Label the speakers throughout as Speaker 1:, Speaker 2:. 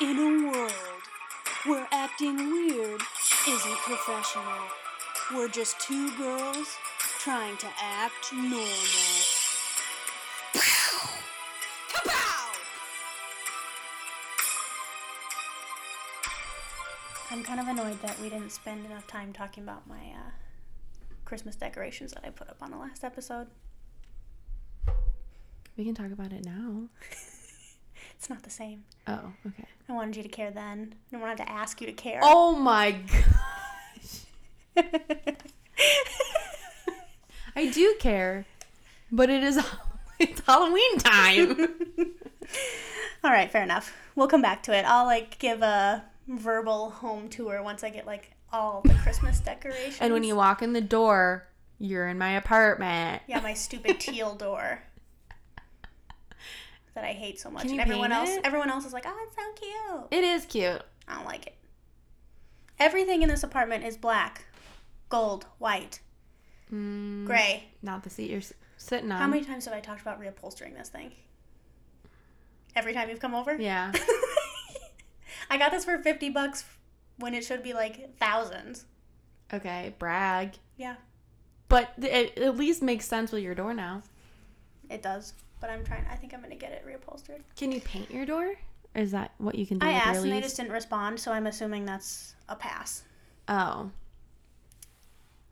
Speaker 1: In a world where acting weird isn't professional, we're just two girls trying to act normal. Pow! Kapow!
Speaker 2: I'm kind of annoyed that we didn't spend enough time talking about my uh, Christmas decorations that I put up on the last episode.
Speaker 3: We can talk about it now.
Speaker 2: It's not the same.
Speaker 3: Oh, okay.
Speaker 2: I wanted you to care then. I wanted to ask you to care.
Speaker 3: Oh my gosh. I do care, but it is it's Halloween time.
Speaker 2: All right, fair enough. We'll come back to it. I'll like give a verbal home tour once I get like all the Christmas decorations.
Speaker 3: and when you walk in the door, you're in my apartment.
Speaker 2: yeah, my stupid teal door that I hate so much.
Speaker 3: Can you
Speaker 2: and everyone
Speaker 3: paint
Speaker 2: else,
Speaker 3: it?
Speaker 2: everyone else is like, "Oh, it's so cute."
Speaker 3: It is cute.
Speaker 2: I don't like it. Everything in this apartment is black, gold, white,
Speaker 3: Mm,
Speaker 2: gray.
Speaker 3: Not the seat you're s- sitting on.
Speaker 2: How many times have I talked about reupholstering this thing? Every time you've come over?
Speaker 3: Yeah.
Speaker 2: I got this for 50 bucks when it should be like thousands.
Speaker 3: Okay, brag.
Speaker 2: Yeah,
Speaker 3: But th- it at least makes sense with your door now.
Speaker 2: it does. But I'm trying, I think I'm going to get it reupholstered.
Speaker 3: Can you paint your door? Or is that what you can do
Speaker 2: I
Speaker 3: with
Speaker 2: asked
Speaker 3: your
Speaker 2: and they
Speaker 3: leaves?
Speaker 2: just didn't respond, so I'm assuming that's a pass.
Speaker 3: Oh.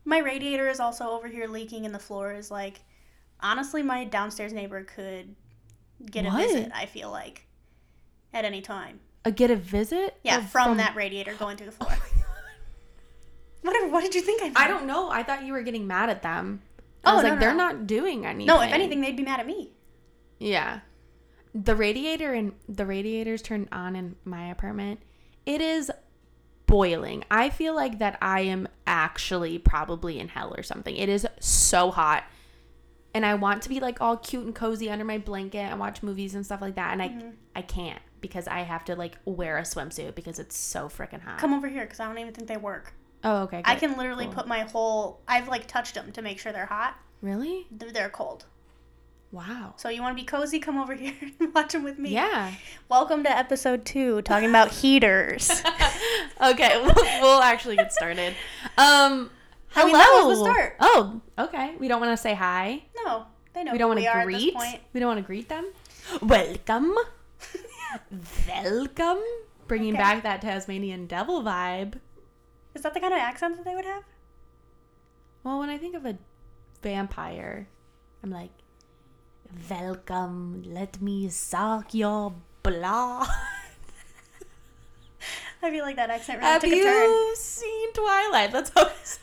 Speaker 2: My radiator is also over here leaking, and the floor is like, honestly, my downstairs neighbor could get
Speaker 3: What?
Speaker 2: a visit, I feel like, at any time.
Speaker 3: A get a visit?
Speaker 2: Yeah,
Speaker 3: Or
Speaker 2: from, that radiator going through the
Speaker 3: Oh
Speaker 2: floor. Whatever, what did you think I meant?
Speaker 3: I don't know. I thought you were getting mad at them. I
Speaker 2: Oh,
Speaker 3: was
Speaker 2: no,
Speaker 3: like,
Speaker 2: no,
Speaker 3: they're
Speaker 2: no.
Speaker 3: not doing anything.
Speaker 2: No, if anything, they'd be mad at me.
Speaker 3: Yeah. The radiator and the radiators turned on in my apartment. It is boiling. I feel like that I am actually probably in hell or something. It is so hot. And I want to be like all cute and cozy under my blanket and watch movies and stuff like that. And I
Speaker 2: Mm-hmm.
Speaker 3: I can't because I have to like wear a swimsuit because it's so freaking hot.
Speaker 2: Come over here, because I don't even think they work.
Speaker 3: oh, okay.
Speaker 2: I
Speaker 3: good.
Speaker 2: can literally
Speaker 3: Cool.
Speaker 2: put my whole. I've like touched them to make sure they're hot.
Speaker 3: Really?
Speaker 2: Th- They're cold.
Speaker 3: Wow.
Speaker 2: So you want to be cozy? Come over here and watch them with me.
Speaker 3: Yeah.
Speaker 2: Welcome to episode two, talking about heaters.
Speaker 3: okay, we'll, we'll actually get started. Um, hello.
Speaker 2: I mean, that was the start.
Speaker 3: Oh, okay. We don't want to say hi.
Speaker 2: no, they know
Speaker 3: We don't
Speaker 2: who
Speaker 3: want
Speaker 2: we are
Speaker 3: to
Speaker 2: at this
Speaker 3: greet.
Speaker 2: point.
Speaker 3: We don't want to greet them. Welcome, welcome. Bringing
Speaker 2: Okay.
Speaker 3: back that Tasmanian devil vibe.
Speaker 2: Is that the kind of accent that they would have?
Speaker 3: Well, when I think of a vampire, I'm like, welcome. Let me suck your blood.
Speaker 2: I feel like that accent really
Speaker 3: Have
Speaker 2: took a turn.
Speaker 3: you seen Twilight? That's how. it sounds.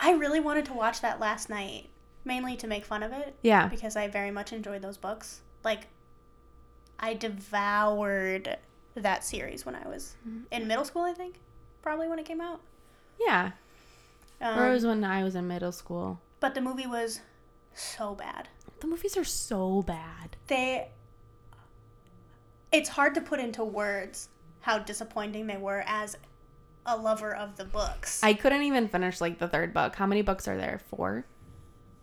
Speaker 2: I really wanted to watch that last night, mainly to make fun of it
Speaker 3: Yeah.
Speaker 2: because I very much enjoyed those books. Like, I devoured that series when I was
Speaker 3: Mm-hmm.
Speaker 2: in middle school. I think probably when it came out.
Speaker 3: Yeah.
Speaker 2: Um,
Speaker 3: Or it was when I was in middle school.
Speaker 2: but the movie was so bad.
Speaker 3: The movies are so bad.
Speaker 2: They. It's hard to put into words how disappointing they were as a lover of the books.
Speaker 3: I couldn't even finish like the third book. How many books are there? Four?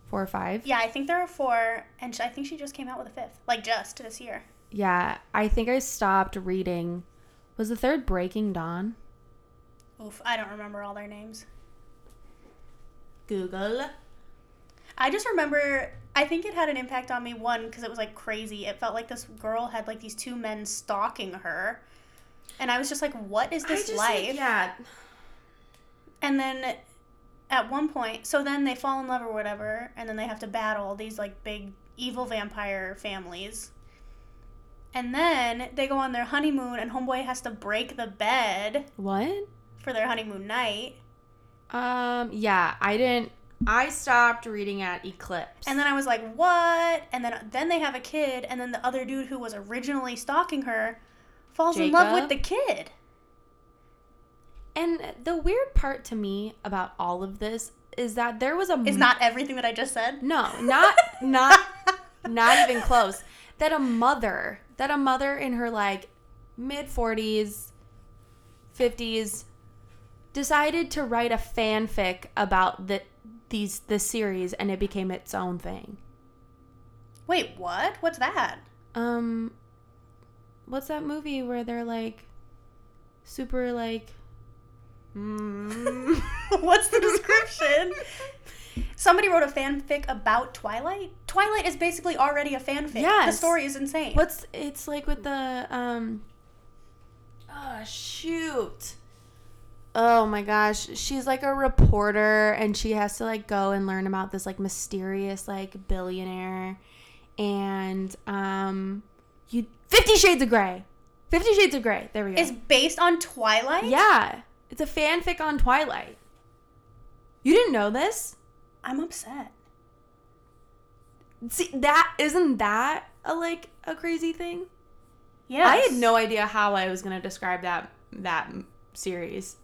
Speaker 3: Four or five?
Speaker 2: yeah, I think there are four, and sh- I think she just came out with a fifth, like just this year.
Speaker 3: Yeah, I think I stopped reading. Was the third Breaking Dawn?
Speaker 2: Oof, I don't remember all their names.
Speaker 3: Google.
Speaker 2: I just remember I think it had an impact on me one because it was like crazy. It felt like this girl had like these two men stalking her. And I was just like, what is this life?
Speaker 3: yeah.
Speaker 2: And then at one point, so then they fall in love or whatever, and then they have to battle these like big evil vampire families. And then they go on their honeymoon and homeboy has to break the bed
Speaker 3: What?
Speaker 2: for their honeymoon night.
Speaker 3: Um, yeah, I didn't I stopped reading at Eclipse.
Speaker 2: And then I was like, "What?" And then then they have a kid, and then the other dude who was originally stalking her falls in love with
Speaker 3: Jacob?
Speaker 2: the kid.
Speaker 3: and the weird part to me about all of this is that there was a
Speaker 2: Is
Speaker 3: m-
Speaker 2: not everything that I just said.
Speaker 3: No, not not not even close. That a mother, that a mother in her like mid 40s, 50s decided to write a fanfic about the these this series and it became its own thing.
Speaker 2: Wait, what? What's that?
Speaker 3: Um what's that movie where they're like super like. Mm.
Speaker 2: What's the description? Somebody wrote a fanfic about Twilight. Twilight is basically already a fanfic. Yeah, The
Speaker 3: Yes.
Speaker 2: story is insane.
Speaker 3: What's it's like with the um Oh shoot. Oh my gosh, she's like a reporter and she has to like go and learn about this like mysterious like billionaire and um you 50 shades of gray. 50 shades of gray. There we go.
Speaker 2: It's based on Twilight?
Speaker 3: yeah. It's a fanfic on Twilight. You didn't know this?
Speaker 2: I'm upset.
Speaker 3: See, that isn't that a like a crazy thing?
Speaker 2: Yeah.
Speaker 3: I had no idea how I was going to describe that that m- series.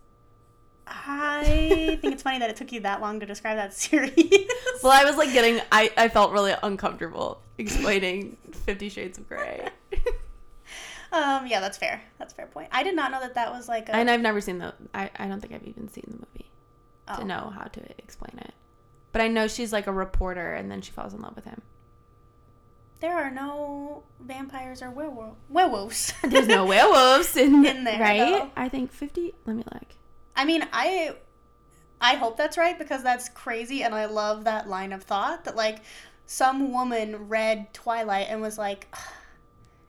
Speaker 2: I think it's funny that it took you that long to describe that series.
Speaker 3: Well, I was like getting I I felt really uncomfortable explaining 50 shades of gray.
Speaker 2: um, yeah, that's fair. That's a fair point. I did not know that that was like a.
Speaker 3: and I've never seen the I I don't think I've even seen the movie
Speaker 2: Oh.
Speaker 3: to know how to explain it. But I know she's like a reporter and then she falls in love with him.
Speaker 2: There are no vampires or werewolf werewolves.
Speaker 3: There's no werewolves in,
Speaker 2: In there,
Speaker 3: right?
Speaker 2: though.
Speaker 3: I think 50 let me like.
Speaker 2: I mean, I I hope that's right because that's crazy and I love that line of thought that like some woman read Twilight and was like "Ugh,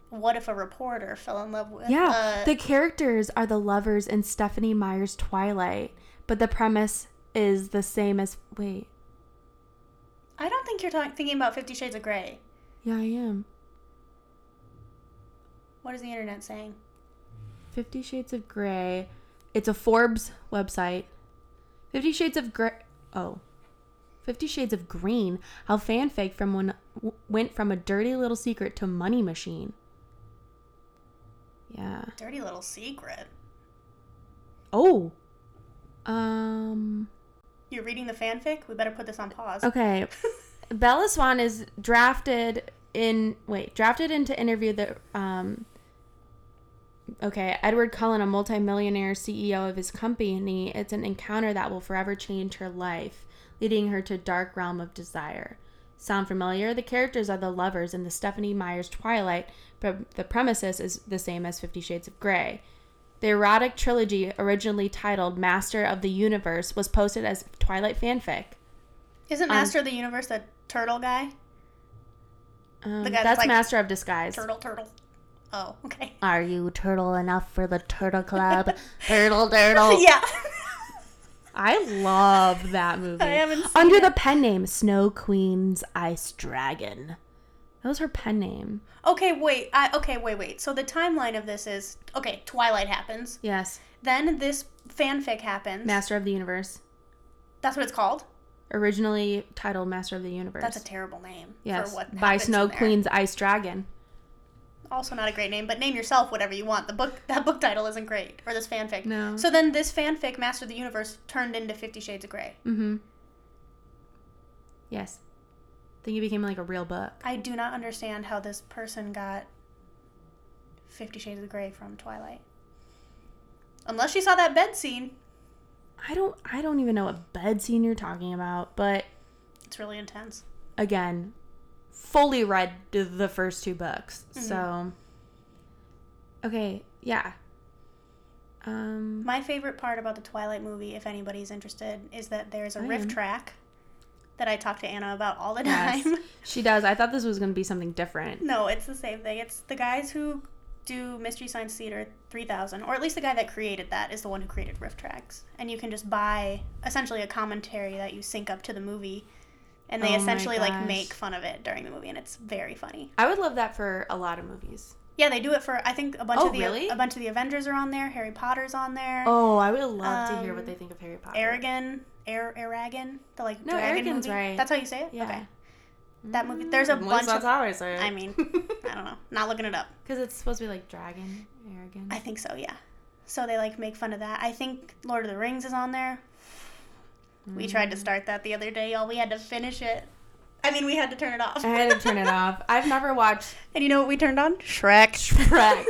Speaker 2: what if a reporter fell in love with
Speaker 3: Yeah,
Speaker 2: uh,
Speaker 3: the characters are the lovers in Stephanie Meyer's Twilight, but the premise is the same as wait.
Speaker 2: I don't think you're talking thinking about 50 shades of gray.
Speaker 3: Yeah, I am.
Speaker 2: What is the internet saying?
Speaker 3: Fifty Shades of Grey. It's a Forbes website. Fifty Shades of Grey. Oh. Fifty Shades of Green. How fanfic from when w- went from a dirty little secret to money machine. Yeah.
Speaker 2: Dirty little secret.
Speaker 3: Oh. Um.
Speaker 2: You're reading the fanfic? We better put this on pause.
Speaker 3: Okay. Bella Swan is drafted in wait, drafted into interview the um Okay, Edward Cullen, a multimillionaire CEO of his company, it's an encounter that will forever change her life, leading her to dark realm of desire. Sound familiar? The characters are the lovers in the Stephanie Meyer's Twilight, but the premises is the same as Fifty Shades of Grey. The erotic trilogy, originally titled Master of the Universe, was posted as Twilight fanfic.
Speaker 2: Isn't Master of the Universe that turtle guy?
Speaker 3: Um,
Speaker 2: The guy that's
Speaker 3: that's
Speaker 2: like-
Speaker 3: Master of Disguise.
Speaker 2: Turtle turtle. Oh, okay.
Speaker 3: Are you turtle enough for the Turtle Club? turtle, turtle.
Speaker 2: yeah.
Speaker 3: I love that movie.
Speaker 2: I haven't seen
Speaker 3: Under
Speaker 2: it.
Speaker 3: the pen name Snow Queen's Ice Dragon. That was her pen name.
Speaker 2: Okay, wait. I, okay, wait, wait. So the timeline of this is okay. Twilight happens.
Speaker 3: Yes,
Speaker 2: Then this fanfic happens.
Speaker 3: Master of the Universe.
Speaker 2: That's what it's called.
Speaker 3: Originally titled Master of the Universe.
Speaker 2: That's a terrible name.
Speaker 3: yes,
Speaker 2: For what
Speaker 3: by
Speaker 2: happens
Speaker 3: Snow
Speaker 2: in there.
Speaker 3: Queen's Ice Dragon.
Speaker 2: Also not a great name, but name yourself whatever you want. The book that book title isn't great, or this fanfic.
Speaker 3: No.
Speaker 2: So then this fanfic, Master of the Universe, turned into Fifty Shades of Grey.
Speaker 3: Mm-hmm. Yes. I think it became like a real book.
Speaker 2: I do not understand how this person got Fifty Shades of Grey from Twilight. Unless she saw that bed scene.
Speaker 3: I don't. I don't even know what bed scene you're talking about, but
Speaker 2: It's really intense.
Speaker 3: again fully read the first two books so okay yeah um
Speaker 2: My favorite part about the Twilight movie, if anybody's interested, is that there's a
Speaker 3: I
Speaker 2: riff
Speaker 3: am.
Speaker 2: track that I talk to Anna about all the
Speaker 3: yes.
Speaker 2: time.
Speaker 3: she does i thought this was gonna be something different
Speaker 2: no, it's the same thing. It's the guys who do Mystery Science Theater 3000, or at least the guy that created that is the one who created riff tracks. And you can just buy essentially a commentary that you sync up to the movie. And they
Speaker 3: Oh my
Speaker 2: essentially like
Speaker 3: gosh.
Speaker 2: make fun of it during the movie, and it's very funny.
Speaker 3: i would love that for a lot of movies
Speaker 2: Yeah, they do it for I think a bunch
Speaker 3: Oh,
Speaker 2: of the
Speaker 3: really?
Speaker 2: a bunch of the Avengers are on there. Harry Potter's on there.
Speaker 3: oh i would love to hear
Speaker 2: Um,
Speaker 3: what they think of harry potter
Speaker 2: Aragon, Air Aragon, the like
Speaker 3: No,
Speaker 2: dragon
Speaker 3: Aragon's
Speaker 2: movie.
Speaker 3: right.
Speaker 2: That's how you say it.
Speaker 3: yeah
Speaker 2: Okay. That movie. There's a
Speaker 3: Mm, at least
Speaker 2: bunch
Speaker 3: that's
Speaker 2: of.
Speaker 3: how i say it
Speaker 2: I mean, I don't know. Not looking it up.
Speaker 3: because it's supposed to be like dragon arrogant
Speaker 2: I think so. Yeah. So they like make fun of that. I think Lord of the Rings is on there. We
Speaker 3: Mm.
Speaker 2: tried to start that the other day, y'all. We had to finish it. I mean, we had to turn it off.
Speaker 3: I had to turn it off i've never watched
Speaker 2: and you know what we turned on? Shrek.
Speaker 3: Shrek.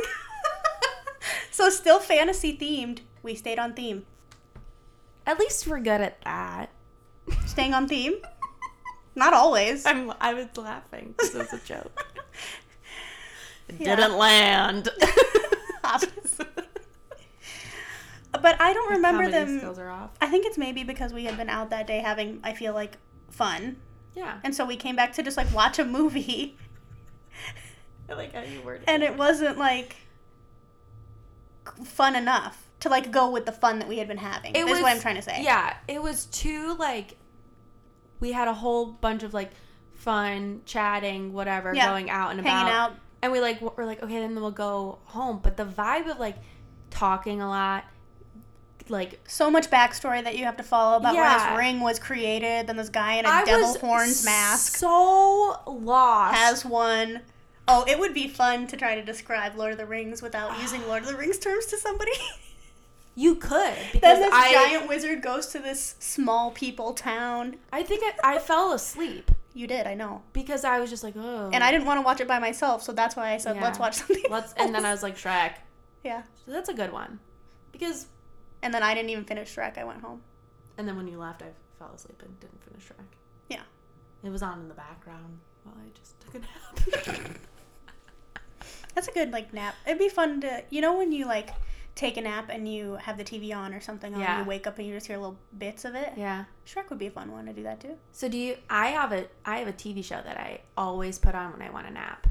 Speaker 2: so still fantasy themed. We stayed on theme.
Speaker 3: at least we're good at that
Speaker 2: Staying on theme. Not always.
Speaker 3: I'm, I was laughing. This was a joke.
Speaker 2: Yeah.
Speaker 3: Didn't land.
Speaker 2: Obviously. but I don't remember
Speaker 3: Comedy
Speaker 2: them.
Speaker 3: skills are off.
Speaker 2: I think it's maybe because we had been out that day having, I feel like, fun.
Speaker 3: Yeah.
Speaker 2: And so we came back to just like watch a movie.
Speaker 3: I like how you worded
Speaker 2: And it wasn't like fun enough to like go with the fun that we had been having. That's what I'm trying to say.
Speaker 3: Yeah, it was too like we had a whole bunch of like fun chatting, whatever,
Speaker 2: Yeah.
Speaker 3: going out and about,
Speaker 2: Hanging out.
Speaker 3: and we like we're like okay, then we'll go home. But the vibe of like talking a lot, like
Speaker 2: So much backstory that you have to follow about where
Speaker 3: Yeah.
Speaker 2: this ring was created. Then this guy in a
Speaker 3: I
Speaker 2: devil
Speaker 3: was
Speaker 2: horns mask
Speaker 3: so lost.
Speaker 2: has one. Oh, it would be fun to try to describe Lord of the Rings without using Lord of the Rings terms to somebody.
Speaker 3: you could because
Speaker 2: then this
Speaker 3: I
Speaker 2: giant wizard goes to this small people town.
Speaker 3: I think I, I fell asleep
Speaker 2: You did, I know.
Speaker 3: because I was just like oh
Speaker 2: And I didn't want to watch it by myself, so that's why I said
Speaker 3: Yeah.
Speaker 2: let's watch something.
Speaker 3: let's and then I
Speaker 2: else."
Speaker 3: was like Shrek.
Speaker 2: yeah.
Speaker 3: So that's a good one because
Speaker 2: And then I didn't even finish Shrek. I went home.
Speaker 3: And then when you left, I fell asleep and didn't finish Shrek.
Speaker 2: Yeah.
Speaker 3: It was on in the background while I just took a nap.
Speaker 2: That's a good like nap. It'd be fun to you know when you like take a nap and you have the TV on or something on
Speaker 3: Yeah.
Speaker 2: and you wake up and you just hear little bits of it.
Speaker 3: yeah.
Speaker 2: Shrek would be a fun one to do that too.
Speaker 3: So do you? I have a I have a TV show that I always put on when I want to nap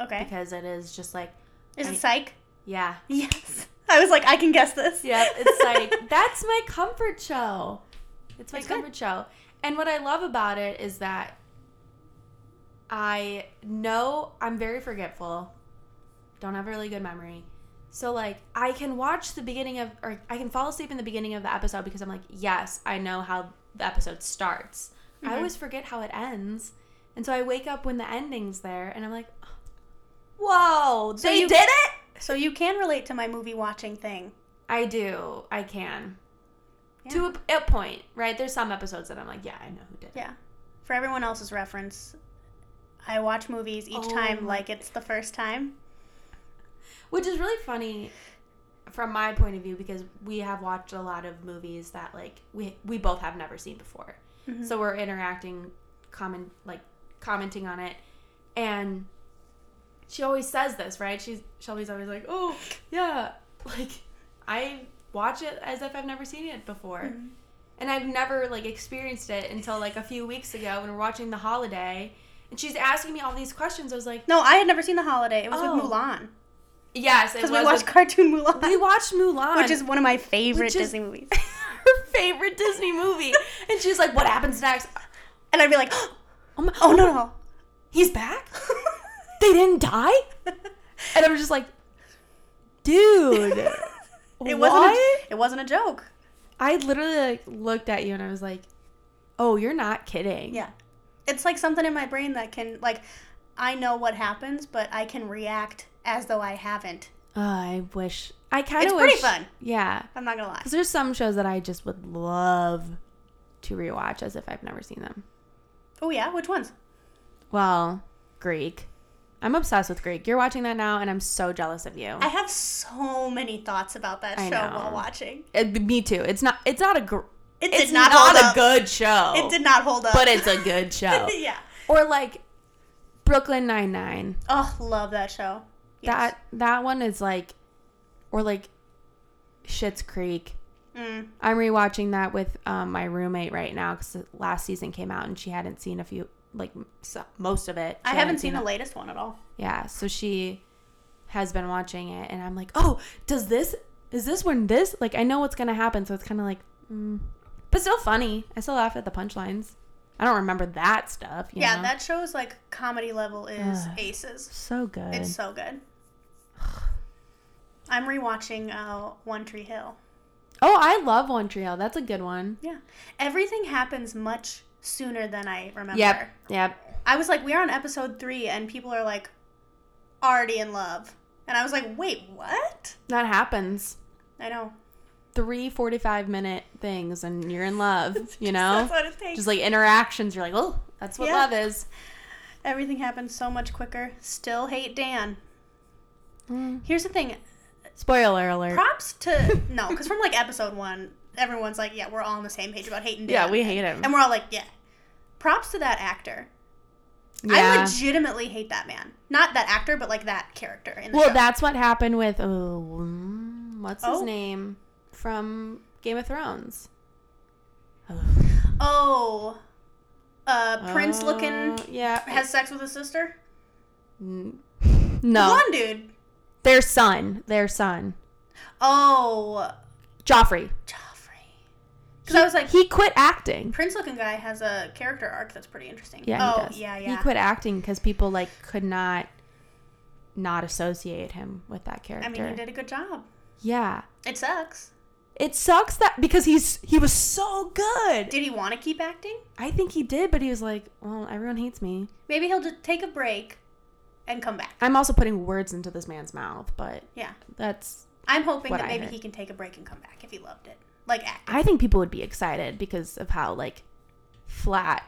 Speaker 2: Okay.
Speaker 3: because it is just like
Speaker 2: Is
Speaker 3: I-
Speaker 2: it psych?
Speaker 3: yeah
Speaker 2: Yes. I was like, I can guess this.
Speaker 3: yeah it's like that's my comfort show. It's my
Speaker 2: It's good.
Speaker 3: comfort show, and what I love about it is that I know I'm very forgetful. don't have a really good memory. So like I can watch the beginning of or I can fall asleep in the beginning of the episode because I'm like, yes, I know how the episode starts.
Speaker 2: Mm-hmm.
Speaker 3: I always forget how it ends. And so I wake up when the ending's there and I'm like, "Whoa,
Speaker 2: So
Speaker 3: they
Speaker 2: you-
Speaker 3: did it?"
Speaker 2: So you can relate to my movie watching thing.
Speaker 3: I do. I can.
Speaker 2: Yeah.
Speaker 3: To a, a point, right? There's some episodes that I'm like, "Yeah, I know who did it."
Speaker 2: Yeah. For everyone else's reference, I watch movies each
Speaker 3: Oh
Speaker 2: time
Speaker 3: my-
Speaker 2: like it's the first time.
Speaker 3: Which is really funny from my point of view because we have watched a lot of movies that like we we both have never seen before.
Speaker 2: Mhm.
Speaker 3: So we're interacting comment like commenting on it and she always says this, right? She's Shelby's always like, "Oh, yeah, like I watch it as if I've never seen it before."
Speaker 2: Mm-hmm.
Speaker 3: And I've never like experienced it until like a few weeks ago when we we're watching The Holiday and she's asking me all these questions. I was like,
Speaker 2: No, I had never seen The Holiday. It was
Speaker 3: Oh.
Speaker 2: with Mulan.
Speaker 3: "Yes, it
Speaker 2: Because
Speaker 3: was
Speaker 2: we
Speaker 3: a-
Speaker 2: watched cartoon Mulan.
Speaker 3: we watched Mulan,
Speaker 2: which is one of my favorite
Speaker 3: Which is-
Speaker 2: Disney movies.
Speaker 3: her favorite Disney movie. And she's like, "What happens next?"
Speaker 2: And I'd be like,
Speaker 3: Oh, my,
Speaker 2: oh no, no.
Speaker 3: he's back. They didn't die. And I'm just like, dude,
Speaker 2: it
Speaker 3: it
Speaker 2: wasn't
Speaker 3: wasn't.
Speaker 2: a, it wasn't a joke.
Speaker 3: I literally like looked at you and I was like, "Oh, you're not kidding."
Speaker 2: Yeah. It's like something in my brain that can like I know what happens, but I can react as though I haven't.
Speaker 3: Oh, I wish. I kind
Speaker 2: It's
Speaker 3: of
Speaker 2: pretty
Speaker 3: wish.
Speaker 2: fun.
Speaker 3: Yeah,
Speaker 2: I'm not gonna lie.
Speaker 3: because there's some shows that I just would love to rewatch as if I've never seen them.
Speaker 2: Oh yeah, which ones?
Speaker 3: Well, Greek. I'm obsessed with Greek. You're watching that now, and I'm so jealous of you.
Speaker 2: I have so many thoughts about that
Speaker 3: I
Speaker 2: show
Speaker 3: know.
Speaker 2: while watching.
Speaker 3: Uh, me too. It's not. It's not a. Gr-
Speaker 2: It did
Speaker 3: it's
Speaker 2: not,
Speaker 3: not,
Speaker 2: hold
Speaker 3: a
Speaker 2: up.
Speaker 3: good show.
Speaker 2: It did not hold up.
Speaker 3: but it's a good show.
Speaker 2: yeah.
Speaker 3: Or like Brooklyn Nine Nine.
Speaker 2: Oh, love that show. Yes.
Speaker 3: That that one is like, or like, Shit's Creek.
Speaker 2: Mm.
Speaker 3: I'm rewatching that with um, my roommate right now because last season came out and she hadn't seen a few like so, most of it.
Speaker 2: I
Speaker 3: She
Speaker 2: haven't seen
Speaker 3: it.
Speaker 2: the latest one at all.
Speaker 3: Yeah, so she has been watching it, and I'm like, oh, does this is this one this like I know what's gonna happen, so it's kind of like, mm. but still funny. I still laugh at the punchlines. I don't remember that stuff. You
Speaker 2: Yeah,
Speaker 3: know?
Speaker 2: that show's like comedy level is aces.
Speaker 3: so good.
Speaker 2: It's so good. I'm rewatching uh, One Tree Hill.
Speaker 3: oh, I love One Trio. That's a good one.
Speaker 2: Yeah. Everything happens much sooner than I remember.
Speaker 3: Yep, yep.
Speaker 2: I was like, we are on episode three, and people are like, already in love. And I was like, wait, what?
Speaker 3: That happens.
Speaker 2: I know.
Speaker 3: Three 45 minute things, and you're in love. You know,
Speaker 2: That's what it takes.
Speaker 3: just like interactions. You're like, oh, that's what
Speaker 2: Yeah.
Speaker 3: love is.
Speaker 2: Everything happens so much quicker. Still hate Dan.
Speaker 3: Mm.
Speaker 2: Here's the thing
Speaker 3: Spoiler alert.
Speaker 2: props to. no, because from like episode one, everyone's like, yeah, we're all on the same page about hating Dan.
Speaker 3: yeah, we hate him.
Speaker 2: And we're all like, yeah. Props to that actor.
Speaker 3: yeah.
Speaker 2: I legitimately hate that man. Not that actor, but like that character in the
Speaker 3: Well,
Speaker 2: show.
Speaker 3: that's what happened with oh, mm, what's his
Speaker 2: Oh.
Speaker 3: name? from Game of Thrones.
Speaker 2: Oh, uh, Prince looking
Speaker 3: Uh, yeah.
Speaker 2: has sex with his sister.
Speaker 3: N- no.
Speaker 2: One dude.
Speaker 3: Their son. Their son.
Speaker 2: Oh,
Speaker 3: Joffrey.
Speaker 2: Joffrey. Because I was like,
Speaker 3: He quit acting.
Speaker 2: Prince looking guy has a character arc that's pretty interesting.
Speaker 3: Yeah,
Speaker 2: oh,
Speaker 3: he does.
Speaker 2: yeah, yeah.
Speaker 3: He quit acting because people like could not not associate him with that character.
Speaker 2: I mean, he did a good job.
Speaker 3: Yeah.
Speaker 2: It sucks.
Speaker 3: It sucks that because he's he was so good.
Speaker 2: Did he want to keep acting?
Speaker 3: I think he did, but he was like, well, everyone hates me.
Speaker 2: Maybe he'll just take a break and come back.
Speaker 3: I'm also putting words into this man's mouth, but
Speaker 2: Yeah.
Speaker 3: that's
Speaker 2: I'm hoping
Speaker 3: What
Speaker 2: that
Speaker 3: I
Speaker 2: maybe
Speaker 3: heard.
Speaker 2: he can take a break and come back if he loved it. Like acting.
Speaker 3: I think people would be excited because of how like flat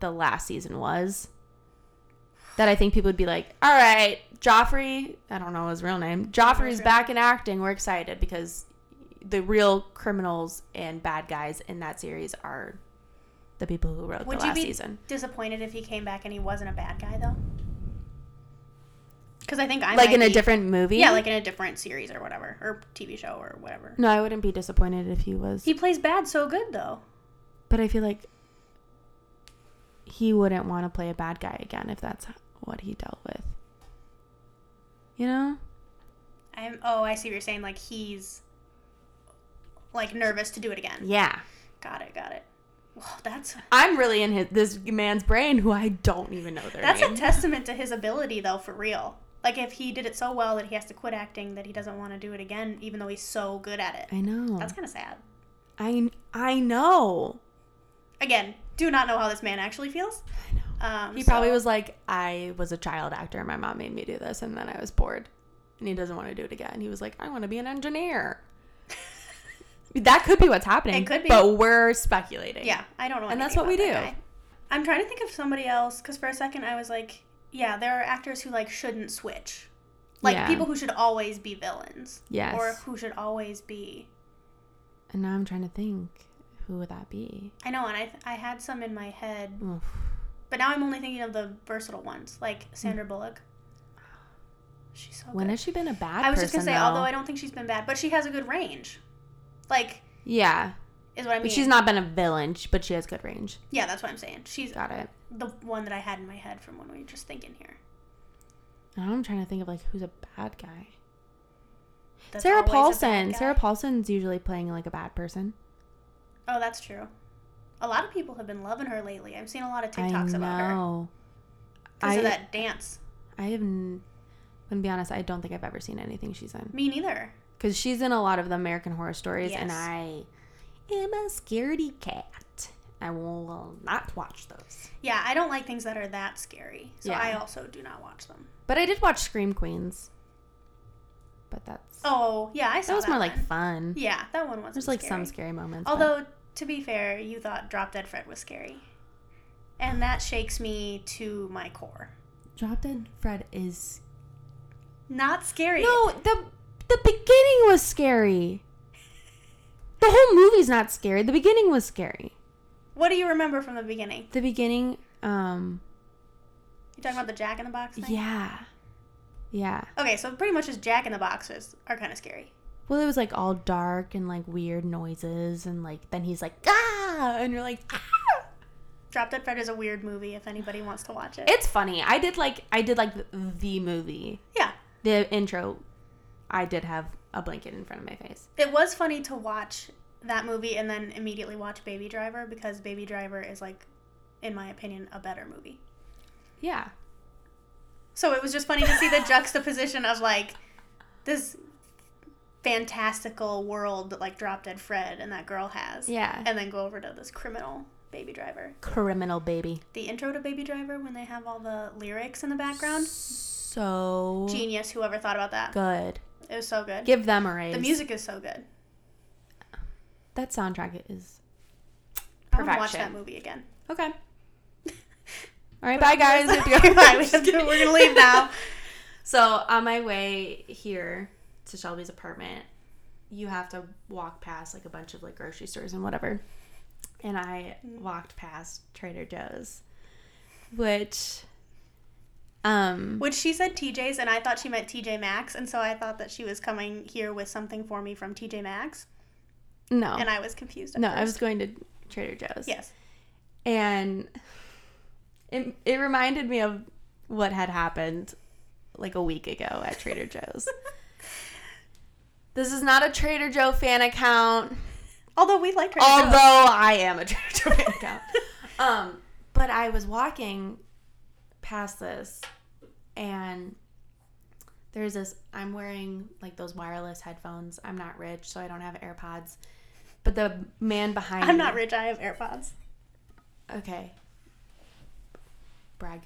Speaker 3: the last season was. That I think people would be like, all right, Joffrey, I don't know his real name. Joffrey's
Speaker 2: real
Speaker 3: back in acting. We're excited because the real criminals and bad guys in that series are the people who wrote
Speaker 2: Would
Speaker 3: the
Speaker 2: you
Speaker 3: last
Speaker 2: be
Speaker 3: season.
Speaker 2: disappointed if he came back and he wasn't a bad guy though? Because I think I
Speaker 3: Like
Speaker 2: might
Speaker 3: in a
Speaker 2: be-
Speaker 3: different movie?
Speaker 2: yeah, like in a different series or whatever or TV show or whatever.
Speaker 3: No, I wouldn't be disappointed if he was.
Speaker 2: He plays bad so good though.
Speaker 3: But I feel like he wouldn't want to play a bad guy again if that's what he dealt with. You know?
Speaker 2: I'm oh I see what you're saying. Like he's like nervous to do it again.
Speaker 3: Yeah.
Speaker 2: Got it. Got it. Well, that's
Speaker 3: I'm really in his, this man's brain who I don't even know their
Speaker 2: that's
Speaker 3: name.
Speaker 2: a testament to his ability though for real. Like if he did it so well that he has to quit acting that he doesn't want to do it again even though he's so good at it.
Speaker 3: I know.
Speaker 2: That's kind of sad.
Speaker 3: I I know.
Speaker 2: Again, do not know how this man actually feels.
Speaker 3: I know.
Speaker 2: Um,
Speaker 3: He
Speaker 2: so-
Speaker 3: probably was like, I was a child actor. My mom made me do this, and then I was bored, and he doesn't want to do it again. He was like, I want to be an engineer. that could be what's happening.
Speaker 2: It could be.
Speaker 3: but we're speculating.
Speaker 2: Yeah, I don't know. anything
Speaker 3: And that's what we
Speaker 2: about
Speaker 3: do.
Speaker 2: that guy. I'm trying to think of somebody else because for a second I was like, yeah, there are actors who like shouldn't switch, like
Speaker 3: Yeah.
Speaker 2: people who should always be villains,
Speaker 3: Yes.
Speaker 2: or who should always be.
Speaker 3: And now I'm trying to think, who would that be?
Speaker 2: I know, and I I had some in my head,
Speaker 3: Oof.
Speaker 2: but now I'm only thinking of the versatile ones, like Sandra Bullock. She's so
Speaker 3: Mm. When
Speaker 2: good.
Speaker 3: has she been a bad?
Speaker 2: I was just gonna
Speaker 3: person,
Speaker 2: say, although I
Speaker 3: though?
Speaker 2: don't think she's been bad, but she has a good range, like
Speaker 3: yeah,
Speaker 2: is what I mean.
Speaker 3: but she's not been a villain, sh- but she has good range.
Speaker 2: Yeah, that's what I'm saying. She's
Speaker 3: Got it.
Speaker 2: the one that I had in my head from when we were just thinking here.
Speaker 3: Now I'm trying to think of like who's a bad guy.
Speaker 2: That's
Speaker 3: Sarah
Speaker 2: always a bad
Speaker 3: Paulson.
Speaker 2: guy.
Speaker 3: Sarah Paulson's usually playing like a bad person.
Speaker 2: Oh, that's true. A lot of people have been loving her lately. I've seen a lot of
Speaker 3: I
Speaker 2: TikToks
Speaker 3: know.
Speaker 2: about her because
Speaker 3: I
Speaker 2: of that dance.
Speaker 3: I have. n- I'm gonna be honest. I don't think I've ever seen anything she's in
Speaker 2: Me neither.
Speaker 3: because she's in a lot of the American Horror Stories, and
Speaker 2: Yes.
Speaker 3: I am a scaredy cat. I will not watch those.
Speaker 2: Yeah, I don't like things that are that scary, so
Speaker 3: Yeah.
Speaker 2: I also do not watch them.
Speaker 3: But I did watch Scream Queens. But that's
Speaker 2: Oh, yeah, I saw
Speaker 3: that was more
Speaker 2: one.
Speaker 3: like fun.
Speaker 2: Yeah, that one wasn't.
Speaker 3: There's like
Speaker 2: scary.
Speaker 3: some scary moments. but-
Speaker 2: Although to be fair, you thought Drop Dead Fred was scary, and that shakes me to my core.
Speaker 3: Drop Dead Fred is
Speaker 2: Not scary.
Speaker 3: no the the beginning was scary. The whole movie's not scary. The beginning was scary.
Speaker 2: What do you remember from the beginning?
Speaker 3: The beginning, um,
Speaker 2: You talking about the Jack in the Box thing?
Speaker 3: yeah, yeah.
Speaker 2: Okay, so pretty much just Jack in the Boxes are kind of scary.
Speaker 3: Well, it was like all dark and like weird noises, and like then he's like ah, and you're like ah.
Speaker 2: Drop Dead Fred is a weird movie. If anybody wants to watch it,
Speaker 3: It's funny. I did like I did like the, the movie,
Speaker 2: yeah,
Speaker 3: the intro. I did have a blanket in front of my face.
Speaker 2: it was funny to watch that movie and then immediately watch Baby Driver because Baby Driver is like, in my opinion, a better movie.
Speaker 3: Yeah.
Speaker 2: So it was just funny to see the juxtaposition of like this fantastical world that like Drop Dead Fred and that girl has,
Speaker 3: Yeah.
Speaker 2: and then go over to this criminal Baby Driver.
Speaker 3: Criminal baby.
Speaker 2: The intro to Baby Driver when they have all the lyrics in the background,
Speaker 3: So
Speaker 2: genius. Whoever thought about that?
Speaker 3: good.
Speaker 2: It was so good.
Speaker 3: Give them a raise.
Speaker 2: The music is so good.
Speaker 3: That soundtrack is
Speaker 2: I want to watch that
Speaker 3: Perfection.
Speaker 2: movie again.
Speaker 3: okay. All right, bye guys. We have to go.
Speaker 2: Okay, bye. We have to- We're gonna leave now.
Speaker 3: So on my way here to Shelby's apartment, you have to walk past like a bunch of like grocery stores and whatever. And I
Speaker 2: Mm.
Speaker 3: walked past Trader Joe's, which um
Speaker 2: Which she said TJ's, and I thought she meant TJ Maxx, and so I thought that she was coming here with something for me from TJ Maxx.
Speaker 3: No.
Speaker 2: and I was confused. At
Speaker 3: no,
Speaker 2: first.
Speaker 3: I was going to Trader Joe's.
Speaker 2: Yes.
Speaker 3: And it, it reminded me of what had happened like a week ago at Trader Joe's. this is not a Trader Joe fan account,
Speaker 2: Although we liked her.
Speaker 3: although I am a Trader Joe fan account. Um, but I was walking past this and there's this I'm wearing like those wireless headphones. I'm not rich, so I don't have AirPods. But the man behind
Speaker 2: I'm
Speaker 3: me-
Speaker 2: not rich. I have AirPods.
Speaker 3: Okay. Brag.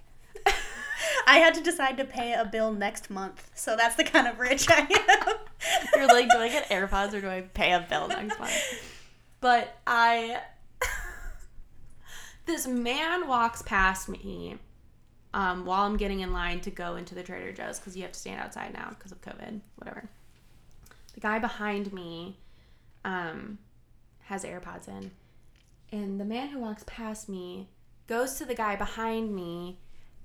Speaker 2: I had to decide to pay a bill next month, so that's the kind of rich I am.
Speaker 3: You're like, do I get AirPods or do I pay a bill next month? But I. this man walks past me um, while I'm getting in line to go into the Trader Joe's because you have to stand outside now because of COVID, whatever. The guy behind me um, has AirPods in. And the man who walks past me goes to the guy behind me,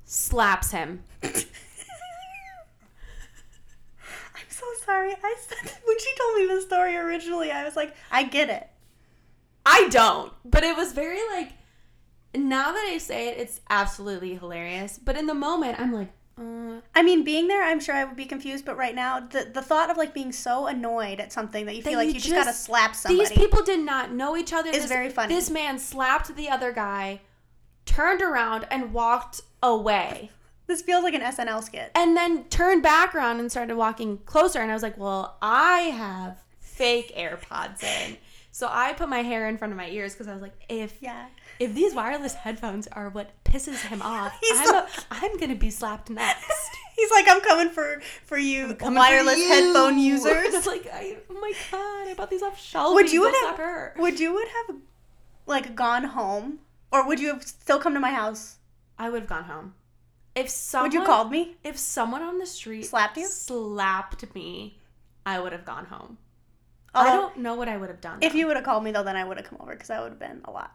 Speaker 3: slaps him.
Speaker 2: I'm so sorry. I said when she told me the story originally, I was like, I get it.
Speaker 3: I don't. But it was very like now that I say it, it's absolutely hilarious. But in the moment, I'm like, uh,
Speaker 2: I mean, being there, I'm sure I would be confused, but right now, the the thought of like being so annoyed at something that you feel
Speaker 3: That
Speaker 2: like
Speaker 3: you
Speaker 2: you just, gotta
Speaker 3: just-
Speaker 2: slap
Speaker 3: these
Speaker 2: somebody.
Speaker 3: people did not know each other.
Speaker 2: It's
Speaker 3: This-
Speaker 2: very funny.
Speaker 3: This man slapped the other guy, turned around and walked away,
Speaker 2: this feels like an SNL skit.
Speaker 3: and then turned back around and started walking closer. And I was like, well, I have fake AirPods in. So I put my hair in front of my ears because I was like, if
Speaker 2: Yeah.
Speaker 3: if these wireless headphones are what pisses him off,
Speaker 2: He's
Speaker 3: I'm, a, I'm gonna be slapped next.
Speaker 2: He's like, I'm coming for for you,
Speaker 3: coming for
Speaker 2: wireless
Speaker 3: you.
Speaker 2: headphone
Speaker 3: It's
Speaker 2: users.
Speaker 3: like, I, oh my god, I bought these off Shelby.
Speaker 2: Would you
Speaker 3: Go
Speaker 2: have-
Speaker 3: slap her?
Speaker 2: would you would have like gone home, or would you have still come to my house?
Speaker 3: I would have gone home. If someone
Speaker 2: Would you called me?
Speaker 3: If someone on the street
Speaker 2: Slapped you?
Speaker 3: slapped me, I would have gone home. I
Speaker 2: Although,
Speaker 3: don't know what I would have done.
Speaker 2: Oh. Uh, if
Speaker 3: though.
Speaker 2: you would have called me though, then I would have come over because that would have been a lot.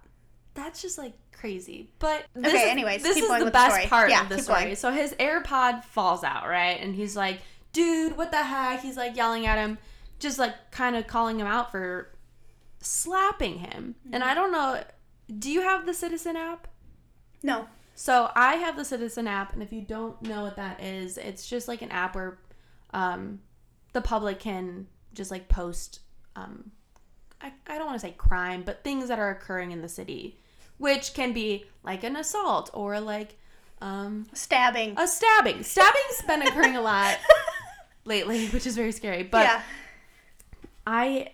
Speaker 3: that's just like crazy. But this
Speaker 2: Okay,
Speaker 3: is-
Speaker 2: anyways,
Speaker 3: this
Speaker 2: keep
Speaker 3: is
Speaker 2: going
Speaker 3: the
Speaker 2: with the
Speaker 3: best
Speaker 2: story.
Speaker 3: part
Speaker 2: Yeah,
Speaker 3: of the
Speaker 2: keep
Speaker 3: story.
Speaker 2: going.
Speaker 3: So his AirPod falls out, right? And he's like, "Dude, what the heck?" He's like yelling at him, just like kind of calling him out for slapping him. And
Speaker 2: Mm-hmm.
Speaker 3: I don't know. Do you have the Citizen app?
Speaker 2: No.
Speaker 3: So I have the Citizen app, and if you don't know what that is, it's just like an app where um, the public can just like post. Um, I, I don't want to say crime, but things that are occurring in the city, which can be like an assault or like um,
Speaker 2: Stabbing.
Speaker 3: a stabbing. Stabbing's been occurring a lot lately, which is very scary. But
Speaker 2: yeah.
Speaker 3: I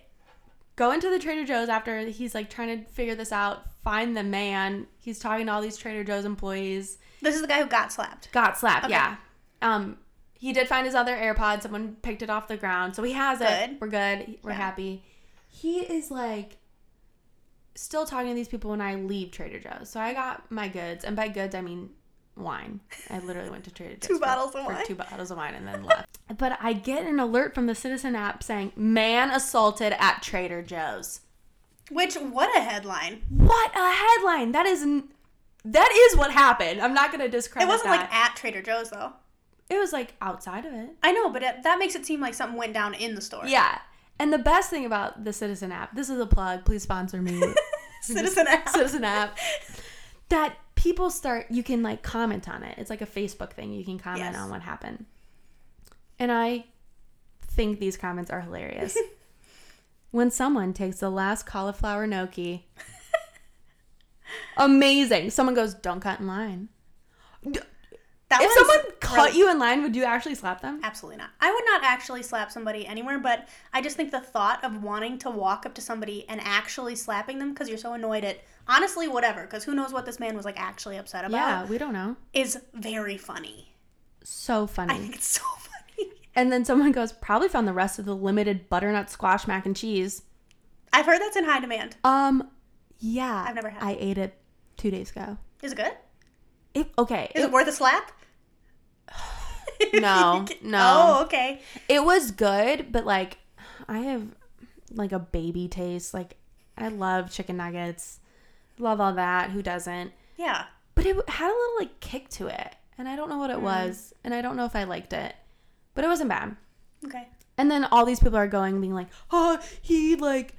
Speaker 3: go into the Trader Joe's after he's like trying to figure this out, find the man. He's talking to all these Trader Joe's employees.
Speaker 2: This is the guy who got slapped.
Speaker 3: Got slapped, yeah. Um, he did find his other AirPod. Someone picked it off the ground, so he has it.
Speaker 2: Good.
Speaker 3: We're good. We're
Speaker 2: Yeah.
Speaker 3: happy. He is like still talking to these people when I leave Trader Joe's. So I got my goods, and by goods I mean wine. I literally went to Trader Joe's for-
Speaker 2: bottles of
Speaker 3: for
Speaker 2: wine.
Speaker 3: two bottles of wine, and then left. but I get an alert from the Citizen app saying "man assaulted at Trader Joe's."
Speaker 2: Which what a headline.
Speaker 3: What a headline! That is n- that is what happened. I'm not gonna
Speaker 2: It
Speaker 3: describe.
Speaker 2: wasn't
Speaker 3: that.
Speaker 2: like at Trader Joe's though.
Speaker 3: it was like outside of it.
Speaker 2: I know, but it, that makes it seem like something went down in the store.
Speaker 3: Yeah. And the best thing about the Citizen app, this is a plug, please sponsor me.
Speaker 2: Citizen app.
Speaker 3: Citizen app. That people start you can like comment on it. It's like a Facebook thing. You can comment
Speaker 2: Yes.
Speaker 3: on what happened. And I think these comments are hilarious. when someone takes the last cauliflower gnocchi. amazing. Someone goes, "Don't cut in line."
Speaker 2: That
Speaker 3: If
Speaker 2: one's
Speaker 3: someone caught
Speaker 2: really-
Speaker 3: you in line, would you actually slap them?
Speaker 2: Absolutely not. I would not actually slap somebody anywhere, but I just think the thought of wanting to walk up to somebody and actually slapping them because you're so annoyed at honestly whatever, because who knows what this man was like actually upset
Speaker 3: Yeah,
Speaker 2: about,
Speaker 3: we don't know.
Speaker 2: is very funny.
Speaker 3: So funny.
Speaker 2: I think it's so funny.
Speaker 3: And then someone goes, probably found the rest of the limited butternut squash mac and cheese.
Speaker 2: I've heard that's in high demand.
Speaker 3: Um, yeah.
Speaker 2: I've never had
Speaker 3: I ate it two days ago.
Speaker 2: Is it good?
Speaker 3: It, okay.
Speaker 2: Is it,
Speaker 3: It,
Speaker 2: worth a slap?
Speaker 3: No, no.
Speaker 2: Oh, okay.
Speaker 3: it was good, but like, I have like a baby taste. Like, I love chicken nuggets, love all that. Who doesn't?
Speaker 2: Yeah.
Speaker 3: But it had a little like kick to it. And I don't know what
Speaker 2: Mm.
Speaker 3: it was. And I don't know if I liked it. But it wasn't bad.
Speaker 2: Okay.
Speaker 3: And then all these people are going, being like, oh, he like,